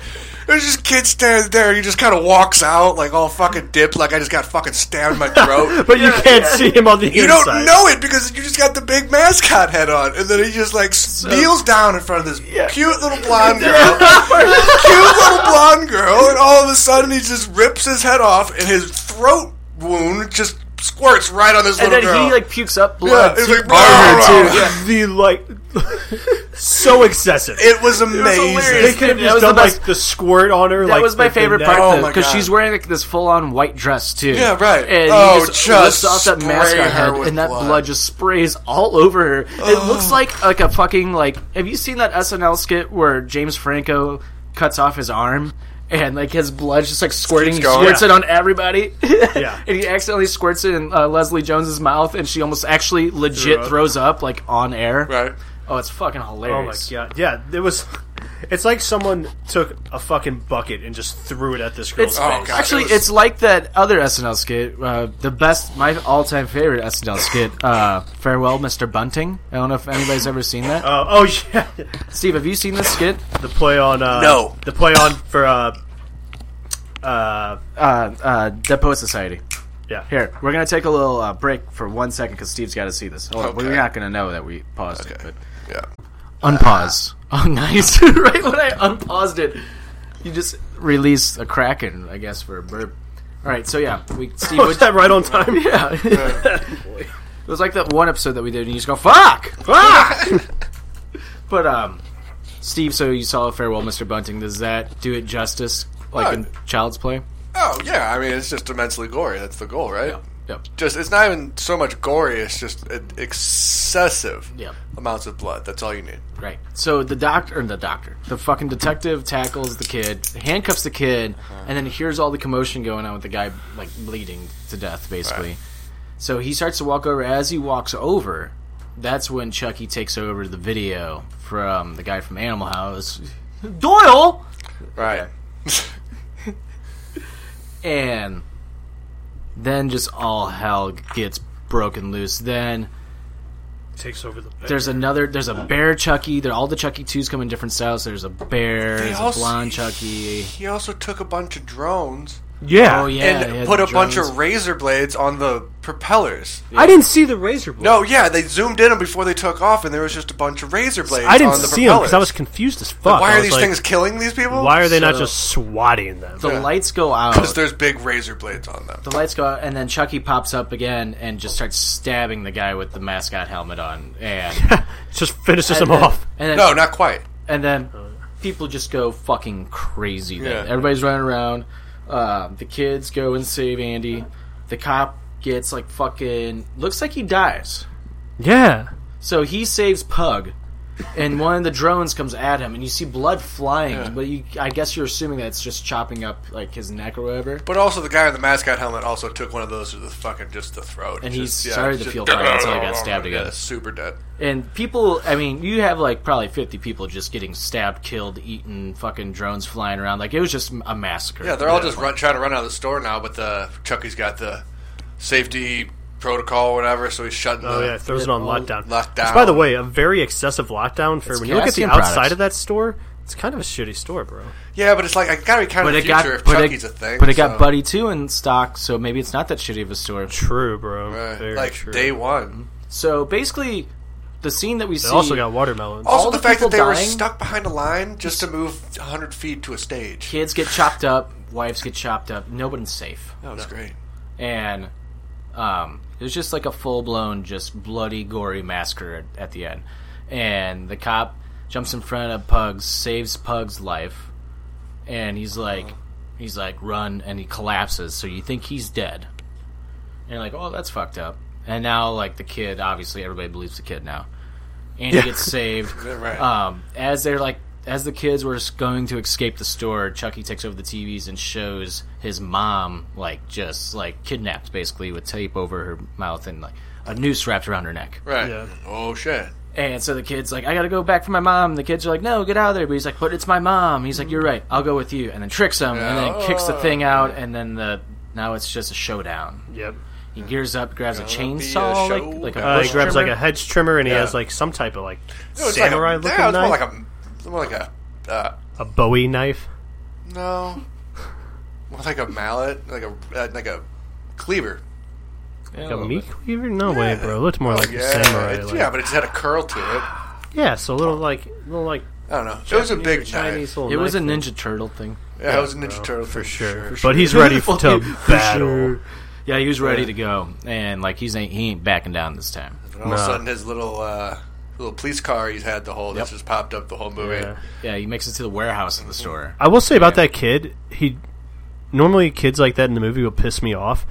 D: There's just kids standing there. He just kind of walks out like all fucking dipped, like I just got fucking stabbed in my throat.
B: But you can't see him on the
D: You
B: inside.
D: don't know it because you just got the big mascot head on, and then he just like kneels down in front of this cute little blonde girl, cute little blonde girl, and all of a sudden he just rips his head off, and his throat wound just squirts right on this
A: and
D: little
A: then
D: girl.
A: he like pukes up
D: yeah,
A: blood.
D: it's
A: too.
D: like, "Rah, rah, rah."
B: The like, so excessive.
D: it was amazing.
A: hilarious.
B: they could have
A: That was
B: just
A: the
B: done
A: best-
B: like the squirt on her.
A: that
B: like,
A: was my
B: with the
A: favorite
B: neck.
A: part
D: Oh
A: because
D: my God.
A: she's wearing like, this full-on white dress too.
D: Yeah, right.
A: And
D: Oh,
A: he just,
D: just
A: lifts off that
D: spray her
A: mascot head,
D: with
A: and that
D: blood. Oh.
A: blood. just sprays all over her. It looks like like a fucking like. Have you seen that SNL skit where James Franco cuts off his arm? And like his blood's just like squirting, he
D: keeps going.
A: squirts it on everybody.
B: Yeah.
A: and he accidentally squirts it in uh, Leslie Jones's mouth, and she almost actually legit
B: Threw up.
A: throws up like on air.
D: Right.
A: Oh, it's fucking
B: Oh my
A: hilarious.
B: god! Yeah, it was. It's like someone took a fucking bucket and just threw it at this girl's
A: It's
D: Oh,
B: face.
D: God,
A: actually
D: it was-
A: it's like that other SNL skit, uh, the best, my all-time favorite SNL skit, uh, "Farewell, Mr. Bunting." I don't know if anybody's ever seen that.
B: Uh, oh yeah,
A: Steve, have you seen this skit?
B: the play on. Uh,
D: No.
B: the play on for. Uh, uh,
A: Uh, uh, Dead Poet Society.
B: yeah.
A: Here, we're gonna take a little uh, break for one second because Steve's got to see this. Hold on,
D: Okay.
A: we're not gonna know that we paused it.
D: Okay. Uh,
A: But.
D: Yeah.
A: Unpause. Oh, nice! right when I unpaused it, you just released a kraken, I guess, for a burp. All right, so yeah, we
D: Oh,
A: Steve.
B: Was
A: would
B: that right on time?
A: Yeah. it was like that one episode that we did, and you just go, fuck! Fuck! but, um, Steve, so you saw Farewell, Mr. Bunting. Does that do it justice? like
D: Oh.
A: in Child's Play.
D: Oh yeah, I mean it's just immensely gory. That's the goal, right?
A: Yeah. Yep.
D: Just it's not even so much gory. It's just uh, excessive
A: Yeah.
D: amounts of blood. That's all you need.
A: Right. So the doctor, or the doctor, the fucking detective tackles the kid, handcuffs the kid, and then hears all the commotion going on with the guy like bleeding to death, basically. So he starts to walk over. As he walks over, that's when Chucky takes over the video from the guy from Animal House, Doyle,
D: Right.
A: and then just all hell gets broken loose. Then
B: Takes over the. bed.
A: There's another. There's a bear Chucky. There, all the Chucky twos come in different styles. There's a bear. There's a
D: also-
A: blonde Chucky.
D: He also took a bunch of drones
B: yeah.
A: Oh yeah.
D: and
A: yeah,
D: put
A: the
D: a bunch
A: drones.
D: of razor blades on the propellers.
B: I didn't see the razor blade.
D: No, yeah, they zoomed in 'em before they took off, and there was just a bunch of razor blades.
B: I didn't
D: on the
B: see them
D: propellers.
B: because I was confused as
D: Like,
B: fuck.
D: why
B: I
D: are
B: was
D: these
B: like,
D: things killing these people?
B: Why are they not
A: So-
B: just swatting them?
A: The lights go out.
D: Because there's big razor blades on them.
A: the lights go out, and then Chucky pops up again and just starts stabbing the guy with the mascot helmet on, and
B: just finishes
A: and
B: them
A: then,
B: off.
A: And then,
D: No, not quite.
A: and then people just go fucking crazy. Then
D: Yeah.
A: everybody's running around. Uh, the kids go and save Andy. The cop gets like fucking looks like he dies.
B: Yeah.
A: So he saves Pug, and one of the drones comes at him, and you see blood flying. But you, I guess you're assuming that it's just chopping up like his neck or whatever.
D: But also, the guy in the mascot helmet also took one of those to the fucking just the throat,
A: And he
D: Just-
A: started to
D: just-
A: feel fine until he got stabbed
D: Yeah,
A: again.
D: Super dead.
A: And people, I mean, you have like probably 50 people just getting stabbed, killed, eaten, fucking drones flying around. Like it was just a massacre.
D: Yeah, they're all just run, trying to run out of the store now, but the Chucky's got the safety protocol or whatever, so he's shutting
B: Oh
D: the
B: yeah, throws it
A: Yeah,
B: on
A: all
B: lockdown.
D: lockdown.
B: Which, by the way, a very excessive lockdown for
A: It's
B: when you look at the
A: Caspian
B: outside
A: products.
B: of that store. It's kind of a shitty store, bro.
D: Yeah, but it's like I gotta be kind
A: But
D: of the
A: it
D: future
A: got,
D: if
A: but
D: Chucky's
A: it,
D: a thing.
A: but it got
D: so-
A: Buddy too in stock, so maybe it's not that shitty of a store.
B: True, bro.
D: Right,
B: Very
D: like
B: true.
D: day
B: Mm-hmm.
D: one.
A: So basically, the scene that we
B: They
A: see
B: also got watermelons.
D: Also,
A: All
D: the,
A: the
D: fact that
A: people
D: they were
A: dying-
D: stuck behind a line just to move 100 feet to a stage.
A: kids get chopped up, wives get chopped up, nobody's safe.
D: That was great.
A: and um, it was just like a full blown, just bloody, gory massacre at, at the end. And the cop jumps in front of Pugs, saves Pugs' life, and he's like, he's like, run, and he collapses. So you think he's dead, and you're like, oh, that's fucked up. And now, like the kid, obviously everybody believes the kid now, and he gets saved.
D: Right.
A: Um, as they're like, as the kids were going to escape the store, Chucky takes over the TVs and shows his mom like just like kidnapped, basically with tape over her mouth and like a noose wrapped around her neck.
D: right.
B: yeah.
D: Oh, shit.
A: And so the kid's like, I gotta go back for my mom. And the kids are like, No, get out of there. But he's like, But it's my mom. He's like, You're right. I'll go with you. And then tricks him, and then kicks the thing out, and then the now it's just a showdown.
B: Yep.
A: He gears up, grabs a
D: Gonna be a
A: chainsaw, like-
D: show-
A: like, a
B: Uh,
A: bush
B: he grabs
A: trimmer.
B: like a hedge trimmer and he
D: Yeah.
B: has like some type of like
D: No, it's
B: samurai
D: like a,
B: looking
D: yeah, it's
B: knife,
D: more like a, it's more like a, uh,
B: a Bowie knife.
D: no, more like a mallet, like a, uh, like a cleaver.
A: Yeah,
B: Like a
A: little
B: meat
A: bit.
B: cleaver? No way, bro. It looked more like
D: Oh, yeah,
B: a samurai.
D: it-
B: like-
D: yeah, but it just had a curl to it. I
B: yeah, so a little like little like
D: don't know. it was a big
B: Chinese
D: knife.
B: little
A: It was a
B: knife thing.
A: Ninja Turtle thing.
D: Yeah, it was a Ninja Turtle for sure.
B: But he's ready
A: For
B: f- to
A: sure.
B: battle.
A: Yeah, he was ready to go, and like he's ain't, he ain't backing down this time.
D: And all of a
B: Nah.
D: sudden, his little uh, little police car he's had the whole that's just popped up the whole movie.
B: Yeah.
A: Yeah, he makes it to the warehouse in the store.
B: I will say about that kid, he normally kids like that in the movie will piss me off,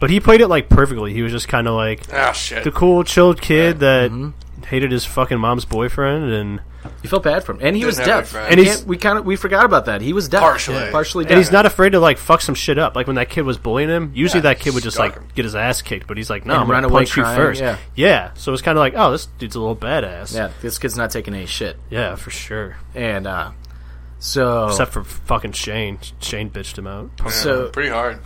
B: but he played it like perfectly. He was just kind of like
D: Ah, shit.
B: the cool, chilled kid that
A: Mm-hmm.
B: hated his fucking mom's boyfriend, and
A: You felt bad for him, and he was
D: have any
A: deaf.
D: friends.
A: And
B: And he's-
A: he's, we kind of we forgot about that. He was deaf,
D: Partially.
A: Yeah, partially deaf.
B: and he's not afraid to like fuck some shit up. Like when that kid was bullying him, usually
D: Yeah,
B: that kid would just like
D: stalk him.
B: get his ass kicked, but he's like, no,
A: And
B: I'm gonna
A: run away
B: punch you
A: crying,
B: first.
A: yeah.
B: yeah. So it's kind of like, oh, this dude's a little badass.
A: Yeah, this kid's not taking any shit,
B: yeah, for sure.
A: and uh, so
B: Except for fucking Shane. Shane bitched him out.
D: Yeah,
A: so-
D: pretty hard.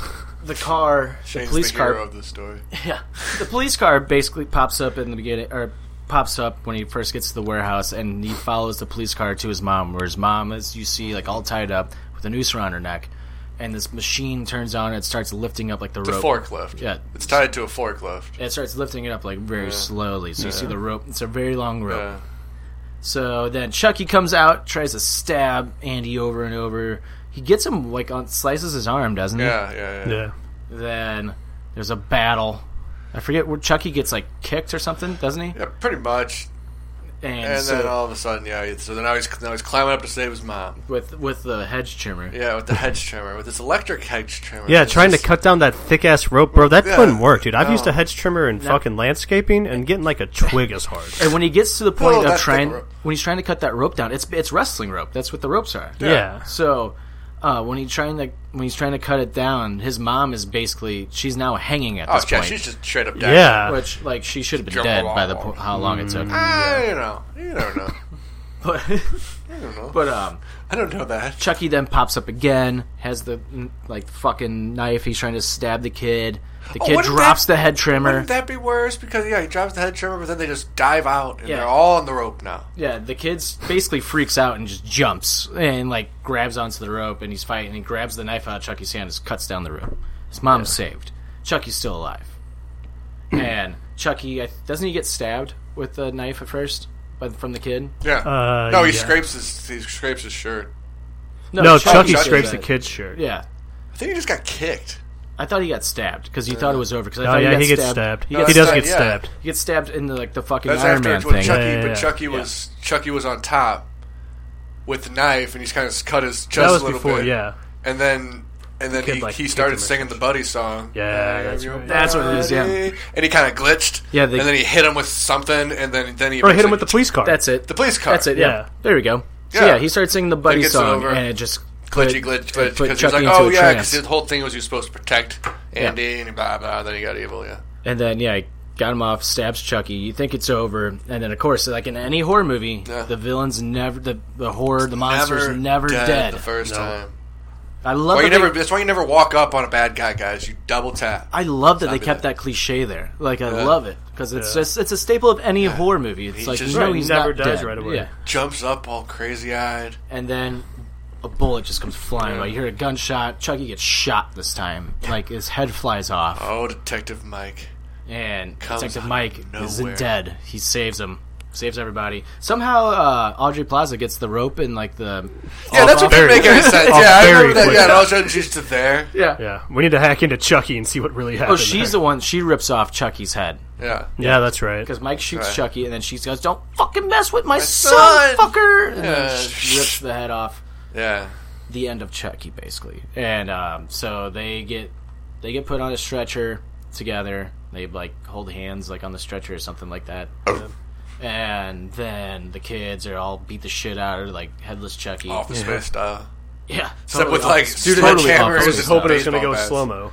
A: the car, the
D: Shane's
A: police
D: the
A: car,
D: hero of the story.
A: yeah, the police car basically pops up in the beginning or pops up when he first gets to the warehouse, and he follows the police car to his mom, where his mom, as you see, like all tied up with a noose around her neck, and this machine turns on and it starts lifting up like the,
D: The
A: rope.
D: forklift.
A: Yeah.
D: it's tied to a forklift.
A: It starts lifting it up like very slowly, so you see the rope. It's a very long rope.
D: Yeah.
A: So then Chucky comes out, tries to stab Andy over and over. He gets him like on slices his arm, doesn't he?
D: Yeah, yeah, yeah.
B: Yeah.
A: Then there's a battle. I forget where Chucky gets like kicked or something, doesn't he?
D: Yeah, pretty much.
A: And,
D: And
A: so
D: then uh, all of a sudden, yeah. he- So then now he's now he's climbing up to save his mom.
A: with with the hedge trimmer,
D: Yeah, with the hedge trimmer, with this electric hedge trimmer.
B: Yeah,
D: It's
B: trying to
D: just-
B: cut down that thick ass rope, bro. That
D: Yeah.
B: wouldn't work, dude. I've
D: No.
B: used a hedge trimmer in fucking landscaping, and getting like a twig is hard.
A: and when he gets to the point of
D: that's
A: trying
D: the rope.
A: when he's trying to cut that rope down, it's it's wrestling rope. That's what the ropes are.
B: yeah.
A: So uh, when he's trying to when he's trying to cut it down, his mom is basically she's now hanging at
D: Oh,
A: this
D: yeah,
A: point,
D: she's just straight up
B: yeah,
D: dead.
A: which like she should have been
D: Jump
A: dead
D: along.
A: by the po- how long it took.
D: Ah, you know, you don't know.
A: But but um,
D: I don't know that.
A: Chucky then pops up again, has the mm, like fucking knife. He's trying to stab the kid. The kid
D: wouldn't
A: drops
D: Oh, that-
A: the head trimmer.
D: Wouldn't that be worse? Because yeah, he drops the head trimmer, but then they just dive out and
A: Yeah.
D: they're all on the rope now.
A: Yeah, the kid basically freaks out and just jumps and like grabs onto the rope and he's fighting. He grabs the knife out of Chucky's hand and cuts down the rope. His mom's saved. Chucky's still alive. and Chucky I- doesn't he get stabbed with the knife at first, but from the kid?
D: Yeah.
B: Uh,
D: no, he
B: yeah.
D: scrapes his he scrapes his shirt.
B: No, Chucky,
A: did
B: scrapes
A: that.
B: the kid's shirt.
A: Yeah,
D: I think he just got kicked.
A: I thought he got stabbed because he thought it was over. Because I
B: Oh
A: thought
B: yeah,
A: he, got
B: he gets
A: stabbed.
B: stabbed.
A: He
D: No,
A: got
B: he does
D: stabbed,
B: get
D: yeah.
B: stabbed.
A: he gets stabbed in the like the fucking
D: That's
A: Iron
D: after
A: Man
D: it's when
A: thing.
D: Chucky,
B: Yeah, yeah,
D: but
B: yeah.
D: Chucky
A: Yeah.
D: was Chucky was on top with the knife, and he's kind of cut his chest
B: That was
D: a little
B: before,
D: bit.
B: yeah.
D: and then and then
B: kid,
D: he,
B: like,
D: he
B: kicked
D: started
B: him or
D: singing the buddy song.
B: Yeah, that's
D: Give
B: right.
D: your
A: That's what it is, yeah.
D: body. and he kind of glitched.
A: Yeah, they-
D: and then he hit him with something, and then then he
B: Or hit him
D: basically-
B: with the police car.
A: That's it.
D: the police car.
A: That's it. Yeah.
B: Yeah.
A: There we go. So yeah.
D: Yeah.
A: he started singing the buddy
D: gets
A: song,
D: over.
A: and it just
D: glitchy glitch glitch
A: put
D: because he was
A: Chucky
D: like,
A: into
D: oh
A: a
D: yeah,
A: trance.
D: because the whole thing was he was supposed to protect Andy and blah blah. Then he got evil. Yeah,
A: And then yeah, he got him off, stabs Chucky. You think it's over, and then of course, like in any horror movie,
D: Yeah.
A: the villain's never the the horror, the monster's never, dead.
D: the first time.
A: I love
D: Why
A: that
D: you
A: they,
D: never? That's why you never walk up on a bad guy, guys. You double tap.
A: I love that they
D: Zombie
A: kept
D: dead.
A: that cliche there. Like I
D: Yeah.
A: love it because it's
B: Yeah.
A: just it's a staple of any horror movie. It's
D: He's
A: like
D: just-
A: no,
D: Right,
A: he's
B: never
A: not
B: dies
A: dead.
B: right away.
A: Yeah.
D: Jumps up all crazy eyed.
A: And then a bullet just comes flying. by. You hear a gunshot. Chucky gets shot this time. Like his head flies off.
D: Oh, Detective Mike.
A: and
D: Comes
A: Detective
D: out
A: Mike
D: of
A: isn't
D: nowhere.
A: dead. He saves him, saves everybody. Somehow uh, Audrey Plaza gets the rope and like the
D: Yeah, that's what didn't
B: very
D: make any sense.
B: All
D: Yeah, I
B: very
D: remember that.
B: quick.
D: Yeah, and all of a sudden she's just there.
A: yeah.
B: Yeah, we need to hack into Chucky and see what really
A: Oh,
B: happened.
A: she's the one. She rips off Chucky's head
D: Yeah.
B: there. yeah, that's right.
A: because Mike shoots
D: Right.
A: Chucky, and then she goes, "Don't fucking mess with my, son,
D: son!"
A: fucker!" And
D: Yeah.
A: then she rips the head off.
D: Yeah.
A: The end of Chucky, basically. And um, so they get they get put on a stretcher together. They like hold hands like on the stretcher or something like that.
D: Oh.
A: And then the kids are all beat the shit out of like headless Chucky.
D: Office
B: Yeah.
D: Space style.
A: Yeah.
D: Except with like
A: Dude,
D: totally
A: I
B: I
A: was
B: was
A: just
B: hoping it was going to go
D: bats.
B: slow mo.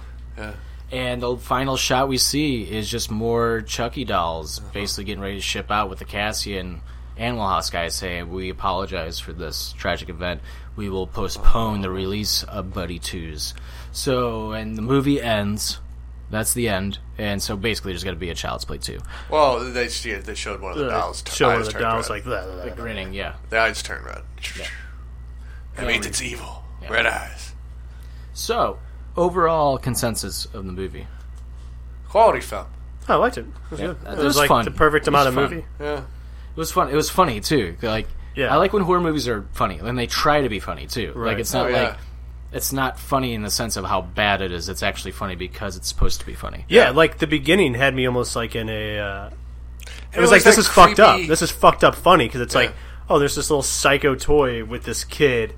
A: And the final shot we see is just more Chucky dolls basically getting ready to ship out with the Cassian Animal House guys saying, We apologize for this tragic event. We will postpone the release of Buddy 2's. So, and the movie ends. That's the end. And so basically, there's going to be a Child's Play 2.
D: Well, they yeah, they showed one of the dolls. t-
B: Show one
D: eyes
B: of the
D: turned
B: dolls
D: red.
B: like that.
A: Grinning, yeah.
D: the eyes turn red. That means it's evil. Red eyes.
A: So, overall consensus of the movie.
D: Quality film.
B: Oh, I liked it. It was good.
A: that
B: It
A: was
B: was like
A: fun.
B: the perfect
A: It was
B: amount of
A: fun.
B: movie.
D: Yeah.
A: It was fun. It was funny, too. Like,
B: Yeah.
A: I like when horror movies are funny, and they try to be funny, too. Like,
B: Right.
A: it's
D: Oh,
A: not
D: yeah.
A: like. it's not funny in the sense of how bad it is. It's actually funny because it's supposed to be funny.
B: Yeah, like the beginning had me almost like in a. Uh, it, was,
D: was
B: like this
D: that
B: is fucked up.
D: creepy-
B: This is fucked up funny because it's
D: Yeah.
B: like oh, there's this little psycho toy with this kid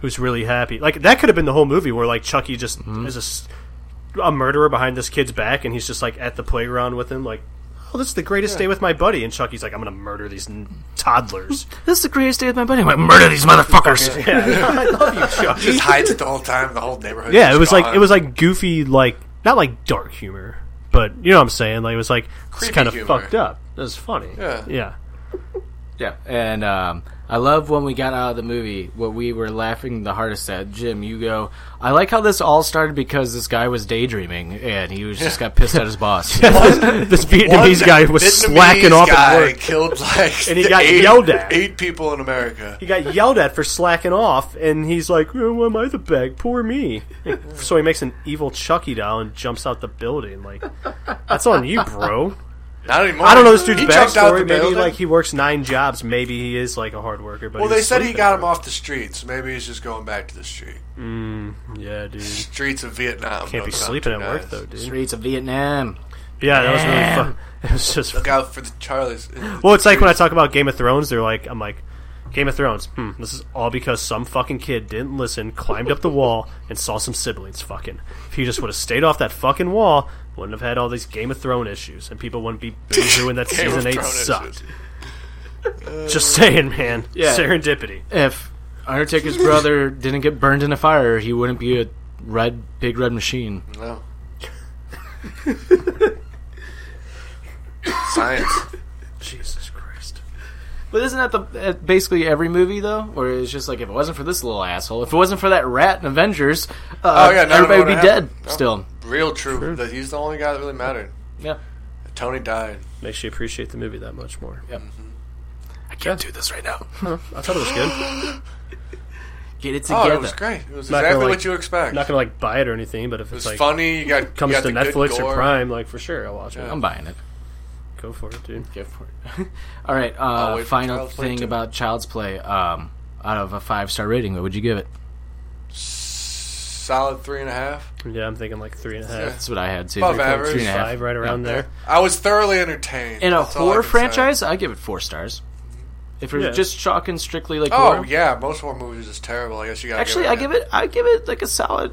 B: who's really happy. Like that could have been the whole movie where like Chucky just
D: Mm-hmm.
B: is a s- a, murderer behind this kid's back and he's just like at the playground with him like. Oh, this is the greatest day with my buddy, and Chucky's like, "I'm gonna murder these n- toddlers."
A: This is the greatest day of my buddy. I'm gonna murder these motherfuckers.
B: yeah, I love you, Chucky.
D: Just hides it the whole time. The whole neighborhood.
B: Yeah,
D: is
B: it was like
D: gone.
B: it was like goofy, like not like dark humor, but you know what I'm saying. Like it was like it's
D: Creepy
B: kind of
D: humor.
B: fucked up. It was funny.
D: Yeah.
B: yeah.
A: Yeah, and um, I love when we got out of the movie what we were laughing the hardest at. Jim, you go. I like how this all started because this guy was daydreaming and he was just got pissed at his boss.
B: this Vietnamese guy was
D: Vietnamese
B: slacking off
D: guy
B: at work.
D: Killed like
B: And he got
D: eight,
B: yelled at.
D: Eight people in America.
B: He got yelled at for slacking off, and he's like, oh, "Why am I the bag? Poor me." so he makes an evil Chucky doll and jumps out the building. Like that's on you, bro.
D: Not anymore.
B: I don't know this dude's
D: He jumped out the
B: backstory. Maybe
D: building.
B: like he works nine jobs. Maybe he is like a hard worker. But
D: Well,
B: he's
D: they said he
B: sleeping
D: got
B: at
D: him off the streets. Maybe he's just going back to the street.
B: work. Yeah, dude.
D: Streets of Vietnam.
B: Can't be
D: don't sound
B: sleeping
D: too
B: at work
D: nice.
B: though, dude.
A: Streets of Vietnam.
B: Yeah, that was really fun. It was just
D: Look out for the Charlies.
B: Well, it's like when I talk about Game of Thrones, they're like, I'm like, Game of Thrones. Hmm, this is all because some fucking kid didn't listen, climbed up the wall, and saw some siblings fucking. If he just would have stayed off that fucking wall, wouldn't have had all these Game of Thrones issues, and people wouldn't be booing that
D: Game of
B: season eight
D: Thrones
B: sucked. Just saying, man.
A: Yeah.
B: Serendipity.
A: If Undertaker's brother didn't get burned in a fire, he wouldn't be a red, big red machine.
D: No. Science.
A: Uh,
B: Jesus Christ.
A: But isn't that the at basically every movie though? Where it's just like if it wasn't for this little asshole, if it wasn't for that rat in Avengers, uh,
D: Oh, yeah, none of
A: everybody
D: it
A: would be
D: would've
A: dead
D: happened. No.
A: still.
D: Real true. That he's the only guy that really mattered.
A: Yeah.
D: Tony died.
B: Makes you appreciate the movie that much more.
A: I can't do this right now.
B: I thought it was good. I'm
A: Get it
D: Oh,
A: together.
D: it was great. It was
B: Not
D: exactly
B: gonna,
D: what
B: like-
D: you expect.
B: not gonna like buy it or anything, but if
D: it
B: it's
D: was
B: like
D: funny. You got
B: comes
D: you got
B: to
D: the good
B: Netflix or
D: gore.
B: Prime, like for sure, I'll watch it.
A: I'm buying it.
B: Go for it, dude.
A: Go for it. All right.
D: I'll
A: Uh,
D: wait for
A: final
D: Child's Play
A: thing
D: too.
A: about Child's Play. Um, out of a five star rating, what would you give it?
D: Solid three and a half.
B: Yeah, I'm thinking like three and a half.
A: That's what I had too.
D: Above
A: Three point-
D: average.
A: three and a half.
B: five right around there.
D: I was thoroughly entertained.
A: In a
D: That's all I
A: horror
D: can say.
A: franchise, I give it four stars. If we're
B: Yeah.
A: just talking strictly like
D: Oh
A: horror,
D: yeah, most horror movies is terrible. I guess you got.
A: actually,
D: give
A: I give it I give it like a solid,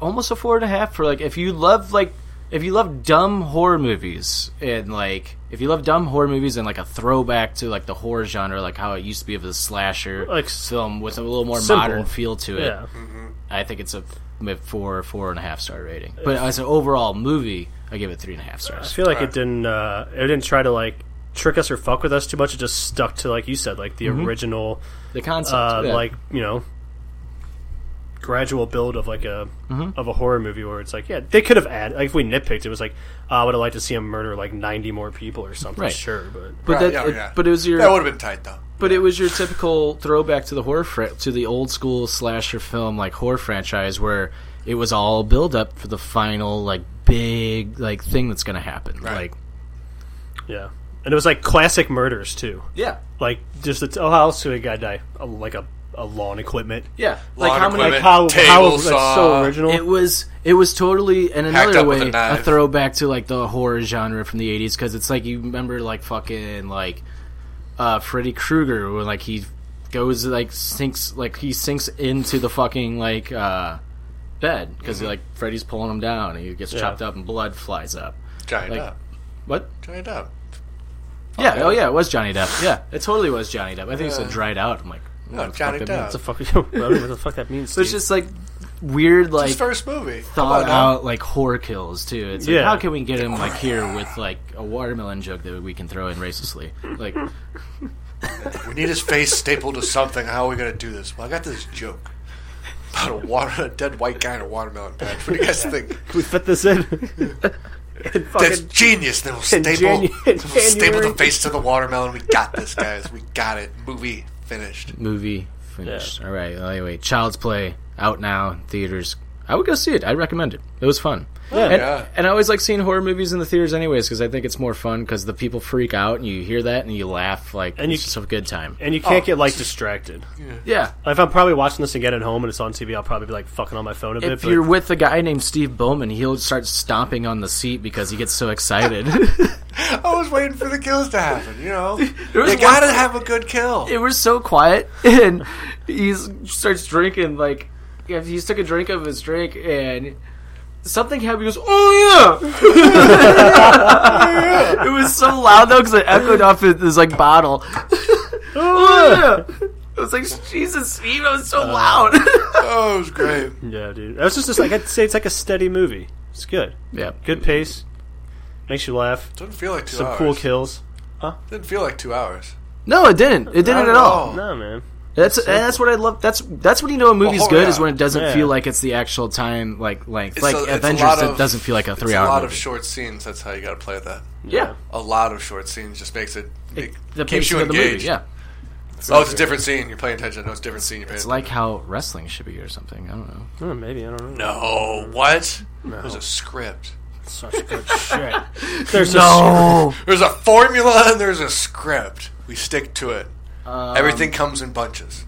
A: almost a four and a half for like if you love like if you love dumb horror movies and like if you love dumb horror movies and like a throwback to like the horror genre, like how it used to be of the slasher
B: Like, s-
A: film with a little more
B: simple.
A: modern feel to it.
B: Yeah,
A: I think it's a f- four four and a half star rating. But as an overall movie, I give it three and a half
B: I
A: stars.
B: feel like it didn't. Uh, it didn't try to like trick us or fuck with us too much. It just stuck to like you said, like the
A: Mm-hmm.
B: original,
A: The concept,
B: uh,
A: yeah.
B: like you know, gradual build of like a
A: Mm-hmm.
B: of a horror movie where it's like, yeah, they could have added. Like if we nitpicked, it was like, "Oh, I would have liked to see him murder like 90 more people or something.
A: Right.
B: Sure, but
A: but
D: Right,
A: that,
D: yeah,
A: it-
D: yeah.
A: but it was your
D: That would have been tight though.
A: But it was your typical throwback to the horror fra- to the old school slasher film like horror franchise where it was all build up for the final like big like thing that's going to happen.
D: Right.
A: Like
B: yeah, and it was like classic murders too.
A: yeah.
B: Like just the t- oh, how else could a guy die? A, like a a lawn equipment.
A: Yeah.
D: Lawn
A: like how many
D: equipment,
B: Like how how
D: table
B: that's so
D: saw.
B: original.
A: it was it was totally in
D: Hacked
A: another
D: up with
A: way
D: a knife.
A: throwback to like the horror genre from the 80s cuz it's like you remember like fucking like uh Freddy Krueger when like he goes like sinks like he sinks into the fucking like uh bed because
D: Mm-hmm.
A: like Freddy's pulling him down and he gets chopped up and blood flies up.
D: Giant
A: Like-
D: up.
A: What?
D: Giant up.
A: yeah, oh yeah, it was Johnny Depp. Yeah, it totally was Johnny Depp. I think it's a dried out. I'm like,
D: No, Johnny
A: fuck that
D: Depp.
A: means.
B: the fuck, I don't know what the fuck that means.
A: so it's
B: dude.
A: just like weird like
D: His first movie. Come
A: thought
D: on now.
A: out like horror kills too. It's like
B: Yeah.
A: how can we get him like here with like a watermelon joke that we can throw in racistly? Like
D: We need his face stapled to something. How are we gonna do this? Well, I got this joke about a water, a dead white guy in a watermelon patch. What do you guys think?
B: we fit this in. And
D: That's
B: fucking,
D: genius. Then we'll staple,
B: Janu- in
D: we'll staple the
B: January.
D: face to the watermelon. We got this, guys. We got it. Movie finished.
A: movie finished. All right. well, anyway, Child's Play out now in theaters. I would go see it. I recommend it. It was fun. Oh, Yeah. And,
D: yeah.
A: and I always like seeing horror movies in the theaters, anyways, because I think it's more fun because the people freak out and you hear that and you laugh. Like
B: And
A: and
B: you-
A: it's just a good time.
B: and you can't get like distracted.
A: yeah.
B: If I'm probably watching this again at home and it's on TV, I'll probably be like fucking on my phone a bit.
A: If
B: but
A: you're with a guy named Steve Bowman, he'll start stomping on the seat because he gets so excited.
D: I was waiting for the kills to happen. You know,
A: was
D: you gotta have a good kill.
A: it was so quiet and he starts drinking like yeah, he took a drink of his drink and something happened he goes oh yeah it was so loud though because it echoed off his, his like bottle oh yeah I was like Jesus Steve that was so
D: Uh.
A: loud
D: Oh, it was great.
B: yeah, dude, that's just, just like I'd say it's like a steady movie. It's good,
A: yeah
B: good pace, makes you laugh,
D: Didn't feel like two
B: some
D: hours.
B: cool kills.
D: Didn't feel like two hours.
A: no it didn't it didn't at
D: Not at
A: all
D: all.
B: No man,
A: that's that's what I love that's that's when you know a movie's
D: Oh,
A: good
D: yeah.
A: is when it doesn't
B: Yeah.
A: feel like it's the actual time like length
D: It's
A: like
D: a- it's a
A: Avengers
D: lot
A: it
D: of-
A: doesn't feel like a three
D: it's
A: hour
D: A lot
A: movie
D: of short scenes. That's how you gotta play that.
A: yeah
D: A lot of short scenes just makes it. it
A: the
D: keeps you
A: pacing of the
D: engaged.
A: movie yeah
D: Oh, it's a different scene. You're paying attention. No, it's a different scene. You're paying.
A: It's like how wrestling should be or something. I don't know.
B: Oh, maybe I don't know.
D: no, Oh, what? There's a script.
B: Such good shit. There's
D: There's a formula and there's
A: Um,
D: a script. We stick to it. Everything comes in bunches.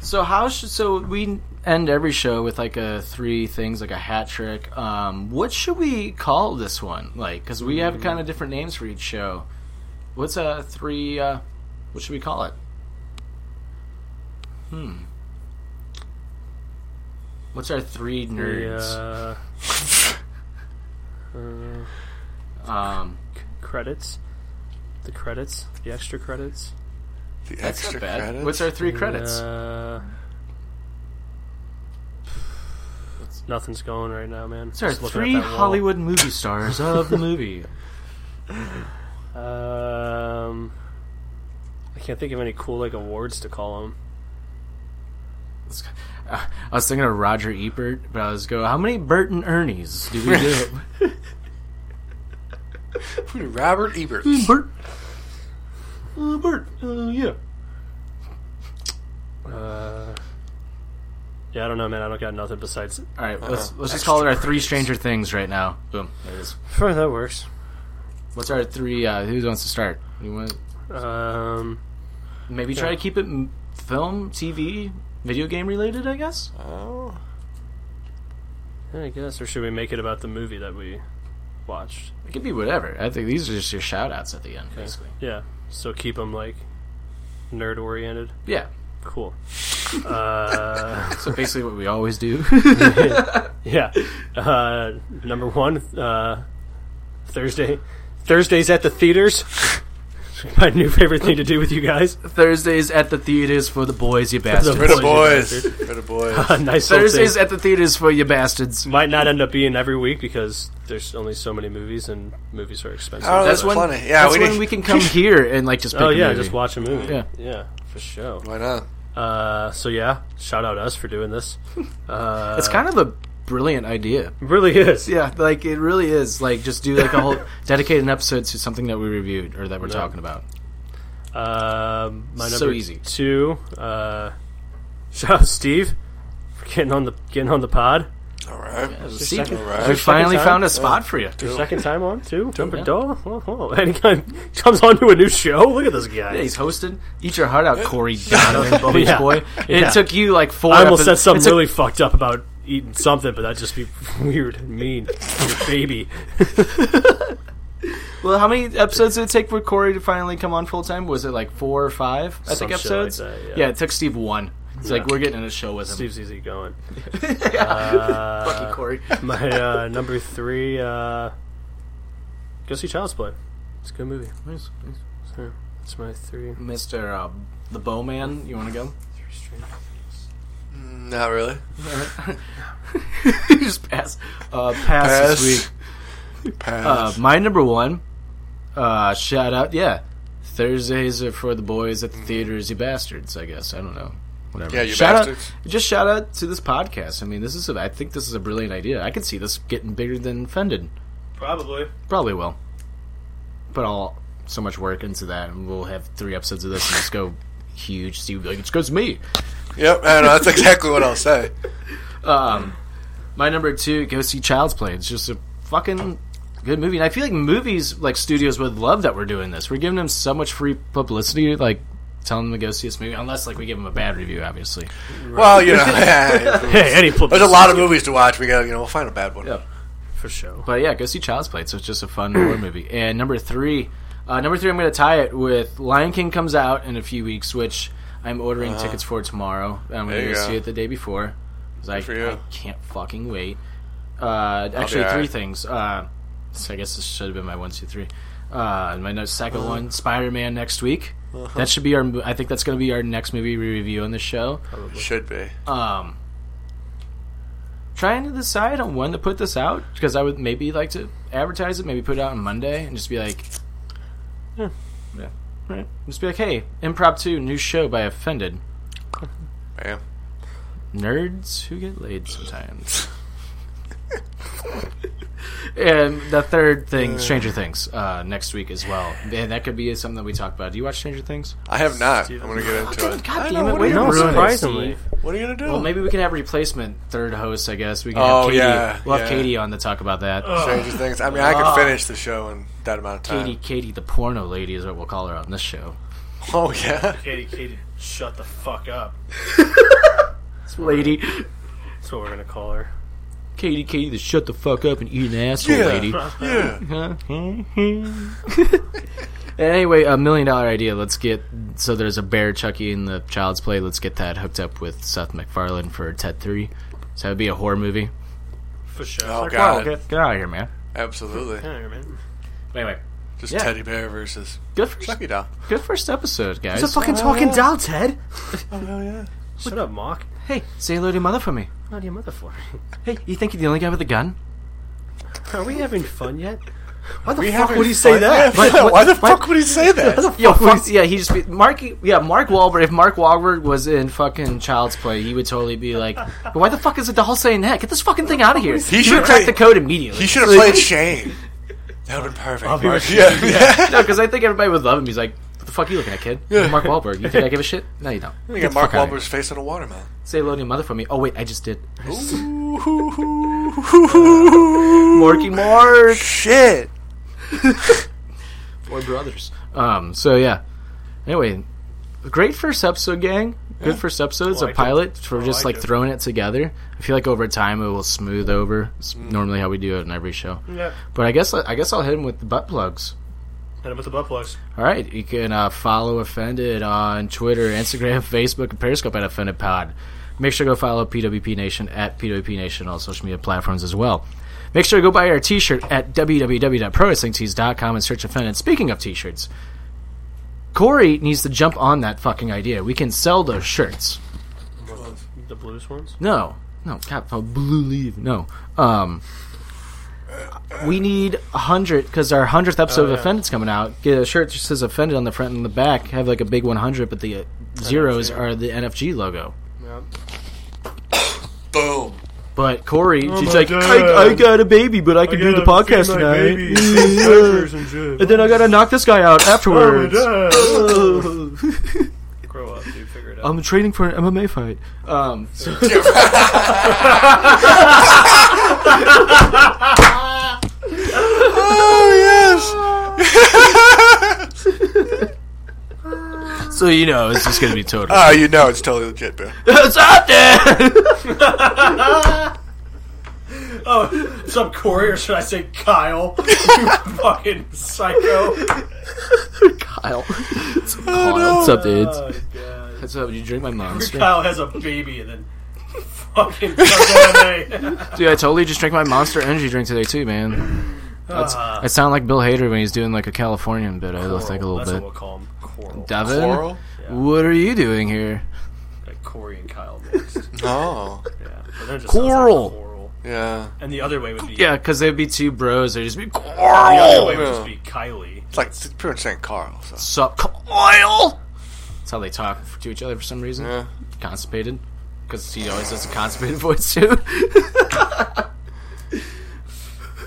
A: So how should so we end every show with like a three things like a hat trick. Um, what should we call this one? Like because we
B: Mm.
A: have kind of different names for each show. What's a three? Uh, what should we call it? Hmm. What's our three nerds?
B: uh, uh,
A: Um,
B: credits. The credits. The extra credits.
D: The
A: that's
D: extra
A: not bad.
D: credits?
A: What's our three credits?
B: Uh, nothing's going right now, man.
A: What's our
B: Just looking at
A: three
B: that wall.
A: Hollywood movie stars of the movie?
B: Um, I can't think of any cool like awards to call them.
A: Uh, I was thinking of Roger Ebert, but I was go. How many Bert and Ernie's do we do?
D: Robert Ebert.
A: Bert. Uh, Bert. Uh, yeah.
B: Uh, yeah, I don't know, man. I don't got nothing besides.
A: All right. Let's let's just call it our three Stranger Things right now. Boom. There it is.
B: Sure, that works.
A: What's our three? Uh, who wants to start? You want
B: Um,
A: maybe try to keep it m- film, TV, video game related. I guess.
D: Oh.
B: I guess, or should we make it about the movie that we watched?
A: It could be whatever. I think these are just your shout outs at the end, basically.
B: Yeah. So keep them like nerd oriented.
A: Yeah.
B: Cool.
A: So basically, what we always do.
B: Yeah. Uh, number one, uh, Thursday. Thursdays at the theaters. My new favorite thing to do with you guys.
A: Thursdays at the theaters for the boys, you bastards.
D: For the
B: Boys,
D: boys. For the boys.
B: A nice little thing.
A: Thursdays at the theaters for you bastards.
B: might not end up being every week because there's only so many movies and movies are expensive.
D: Oh,
A: That's
D: that's
A: when,
D: funny. Yeah,
A: that's
D: we
A: when
D: need-
A: we can come here and like just pick
B: Oh,
A: a
B: yeah,
A: movie.
B: just watch a movie.
A: Yeah.
B: yeah, for sure.
D: Why not?
B: Uh, so yeah, shout out us for doing this.
A: It's kind of a brilliant idea.
B: Really is.
A: Yeah, like it really is. Like just do like a whole dedicate an episode to something that we reviewed or that we're talking about.
B: Um, my number
A: So easy.
B: two. Uh, shout out Steve for getting on the getting on the pod.
D: All right.
A: See,
B: second-
A: we
D: Alright.
A: finally
B: time?
A: found a spot for you.
B: Your second time on too. Number
A: yeah.
B: door. Whoa, whoa. And he come- comes on to a new show. Look at this guy.
A: Yeah, he's hosted. Eat your heart out, Corey Donovan, Bubby's
B: Yeah.
A: boy.
B: Yeah.
A: It took you like four.
B: I almost
A: episodes-
B: said something
A: it took-
B: really fucked up about eating something, but that'd just be weird and mean. Your baby.
A: Well, how many episodes did it take for Corey to finally come on full time? Was it like four or five? I
B: Some
A: think
B: shit like
A: episodes.
B: that, yeah.
A: it took Steve one. It's like we're getting in a show with him.
B: Steve's easy going. Uh,
A: Fuck you, Corey.
B: My uh, number three. Uh, go see Child's Play. It's a good movie. So, That's my three.
A: Mr. Uh, the Bowman, you want to go?
D: Not really.
A: Just pass. Uh, pass,
D: Pass.
A: this week. Uh,
D: Pass.
A: my number one. Uh, shout out, yeah. Thursdays are for the boys at the theaters, you bastards. I guess I don't know. Whatever.
D: Mm-hmm. Yeah, you
A: shout
D: bastards.
A: Out, just shout out to this podcast. I mean, this is. A, I think this is a brilliant idea. I could see this getting bigger than Fended.
B: Probably.
A: Probably will. Put all so much work into that, and we'll have three episodes of this and just go huge. See, like it's because me.
D: yep, I know. That's exactly what I'll say.
A: My number two, go see Child's Play. It's just a fucking good movie, and I feel like movies, like studios, would love that we're doing this. We're giving them so much free publicity, like telling them to go see this movie, unless like we give them a bad review, obviously.
D: Well, you know,
B: Hey, any flip
D: there's a lot of movies to watch. We got, you know, we'll find a bad one.
A: Yeah.
B: for show.
A: But yeah, go see Child's Play. So it's just a fun horror movie. And number three, uh, number three, I'm going to tie it with Lion King comes out in a few weeks, which I'm ordering tickets for tomorrow. And I'm going
D: Uh-huh. There
A: to
D: you
A: go see
D: go.
A: it the day before because I,
D: for you.
A: I can't fucking wait. Uh, actually, three
D: alright.
A: things. Uh, so I guess this should have been my one, two, three. Uh, my no- second
D: Uh-huh.
A: one, Spider Man next week. That should be our. mo- I think that's going to be our next movie we review on the show.
D: Should be.
A: Um, trying to decide on when to put this out because I would maybe like to advertise it, maybe put it out on Monday and just be like, yeah, yeah, right. Just be like, hey, impromptu new show by Offended
D: Bam.
A: nerds who get laid sometimes. and the third thing, Stranger Things, uh, next week as well, and that could be something that we talk about. Do you watch Stranger Things?
D: I have not. I'm going to get into it.
A: God
D: I
A: damn
D: know,
A: it!
D: what
A: way
D: are
A: to
D: you
B: No,
A: ruin it,
B: surprisingly.
A: Steve.
D: What are you going to do?
A: Well, maybe we can have replacement third host. I guess we can.
D: Oh,
A: have Katie.
D: yeah,
A: we'll have
D: yeah.
A: Katie on to talk about that.
D: Stranger Things. I mean, I could finish the show in that amount of time.
A: Katie, Katie, the porno lady is what we'll call her on this show.
D: Oh, yeah.
B: Katie, Katie.
G: Shut the fuck up.
A: lady.
G: That's what we're gonna call her.
F: Katie, Katie, the shut the fuck up and eat an asshole,
D: Yeah.
F: lady.
D: Yeah.
A: Anyway, a million dollar idea. Let's get so there's a bear Chucky in the Child's Play. Let's get that hooked up with Seth MacFarlane for Ted Three. So that'd be a horror movie.
G: For sure.
D: Oh
G: Fuck
D: god.
A: Get, get out of here, man.
D: Absolutely.
G: out of here, man.
A: Anyway,
D: Just
A: Yeah.
D: teddy bear versus
A: good first,
D: Chucky doll.
A: good first episode, guys.
B: It's a fucking talking doll, Ted.
G: Oh. Shut up, Mock.
A: hey, say hello to your mother for me.
G: What are you mother for?
A: Hey, you think you're the only guy with a gun?
G: Are we having fun yet?
B: Why the
D: We
B: fuck
D: haven't-
B: would he say that?
D: Yeah, why the fuck would he say that?
A: Yo, fuck, yeah, he just be, Mark. Yeah, Mark Wahlberg. If Mark Wahlberg was in fucking Child's Play, he would totally be like, "Why the fuck is the doll saying that? Get this fucking thing out of here!"
D: He should
A: would crack
D: play-
A: the code immediately.
D: He should have played Shane. That would have been perfect. Mark. Yeah, yeah.
A: No, because I think everybody would love him. He's like, "What the fuck are you looking at, kid? I'm Mark Wahlberg. You think I give a shit? No, you don't.
D: We
A: Get
D: got
A: the
D: Mark
A: fuck outta here.
D: Wahlberg's face on a watermelon.
A: Say hello to your mother for me. Oh wait, I just did.
D: Morky
A: Mark.
D: Shit.
A: Four brothers. Um. So yeah. Anyway, great first episode, gang. Good first episode. It's a
G: Liked it.
A: pilot for just like
G: liked it.
A: throwing it together. I feel like over time it will smooth over. It's
G: Mm.
A: normally how we do it in every show.
G: Yeah.
A: But I guess I guess I'll hit him with the butt plugs.
G: And with the butt plugs.
A: All right, you can uh, follow Offended on Twitter, Instagram, Facebook, and Periscope at Offended Pod. Make sure to go follow PWP Nation at PWP Nation on all social media platforms as well. Make sure to go buy our T-shirt at www.prowrestlingtees.com and search Offended. Speaking of T-shirts, Corey needs to jump on that fucking idea. We can sell those shirts.
G: The blues ones.
A: No, no, Cap oh, Blue Leave. No, um, we need a hundred because our hundredth episode
G: Oh,
A: of Offended's coming out. Get a shirt that just says Offended on the front and the back. Have like a big one hundred, but the uh, zeros are the NFG logo.
D: Boom.
A: But Corey, she's
G: Oh my
A: like,
G: God.
A: I, I got a baby, but I can do the podcast tonight. And then I gotta knock this guy
G: Oh
A: out afterwards.
G: Grow up, dude. Figure it out.
A: I'm training for an MMA fight. Um, so-
D: Oh yes.
A: so you know, it's just gonna be total.
D: Oh, you know it's totally legit, bro.
A: it's out there.
G: What's up, Corey? Or should I say Kyle? you fucking psycho.
A: Kyle. It's Kyle. What's up, dudes?
G: Oh, God.
A: What's up? You drink my monster.
G: Kyle has a baby and then fucking does MMA.
A: Dude, I totally just drank my Monster Energy drink today too, man. That's,
G: Ah.
A: I sound like Bill Hader when he's doing like a Californian bit. I look like
G: That's
A: a little
G: what
A: bit.
G: we'll call him. Coral.
A: Devin,
D: Oral?
A: what are you doing here?
G: Like Corey and Kyle mixed.
D: No.
G: Yeah. But then it just sounds like
A: Coral.
G: Coral.
D: Yeah.
G: And the other way would be.
A: Yeah, because they'd be two bros. They'd just be
G: The other
A: Coral.
G: way would
D: Yeah.
G: just be Kylie.
D: It's like it's pretty much St. Carl. So.
A: Sup, Coil. That's how they talk f- to each other for some reason.
D: Yeah.
A: Constipated, because he always has a constipated voice too.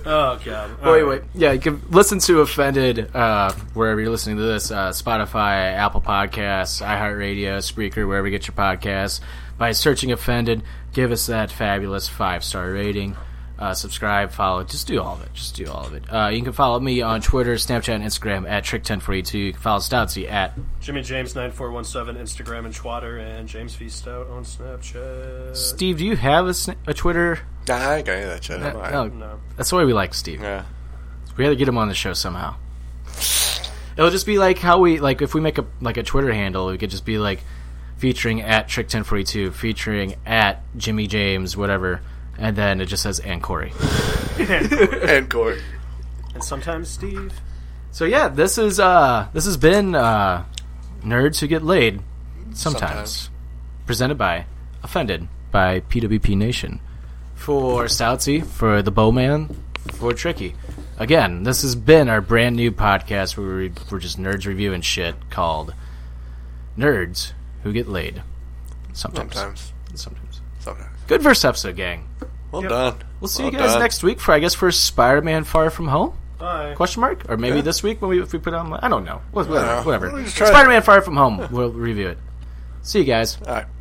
G: Oh, God. All
A: wait,
G: right.
A: wait. Yeah, you can listen to Offended uh, wherever you're listening to this uh, Spotify, Apple Podcasts, iHeartRadio, Spreaker, wherever you get your podcasts. By searching Offended, give us that fabulous five star rating. Uh, subscribe, follow, just do all of it. Just do all of it. Uh, you can follow me on Twitter, Snapchat, and Instagram at Trick1042. You can follow Stoutsy at
G: Jimmy James nine four one seven Instagram and Twitter and James V Stout on Snapchat.
A: Steve. Do you have a, sna- a Twitter? Oh,
D: Nah, I ain't got any of that shit. I'm alright.
A: No.
G: No,
A: That's why we like Steve.
D: Yeah.
A: We gotta get him on the show somehow. It'll just be like how we like if we make a like a Twitter handle, it could just be like featuring at Trick Ten Forty Two, featuring at Jimmy James, whatever, and then it just says and Corey.
D: And Corey.
G: and sometimes Steve.
A: So yeah, this is uh this has been uh Nerds Who Get Laid sometimes.
D: Sometimes.
A: Presented by Offended by PWP Nation. For Stoutsy, for the Bowman, for Tricky. Again, this has been our brand new podcast where we- we're just nerds reviewing shit called Nerds Who Get Laid. Sometimes.
D: Sometimes.
A: Sometimes.
D: Sometimes.
A: Good first episode, gang.
D: Well done.
A: We'll see
D: Well
A: you guys
D: done.
A: next week for I guess for Spider Man Far From Home.
G: Bye.
A: Question mark? Or maybe this week when we if we put it on I don't know. Whatever.
D: know.
A: whatever.
D: We'll just try it.
A: Spider Man Far From Home. We'll review it. See you guys.
D: All right.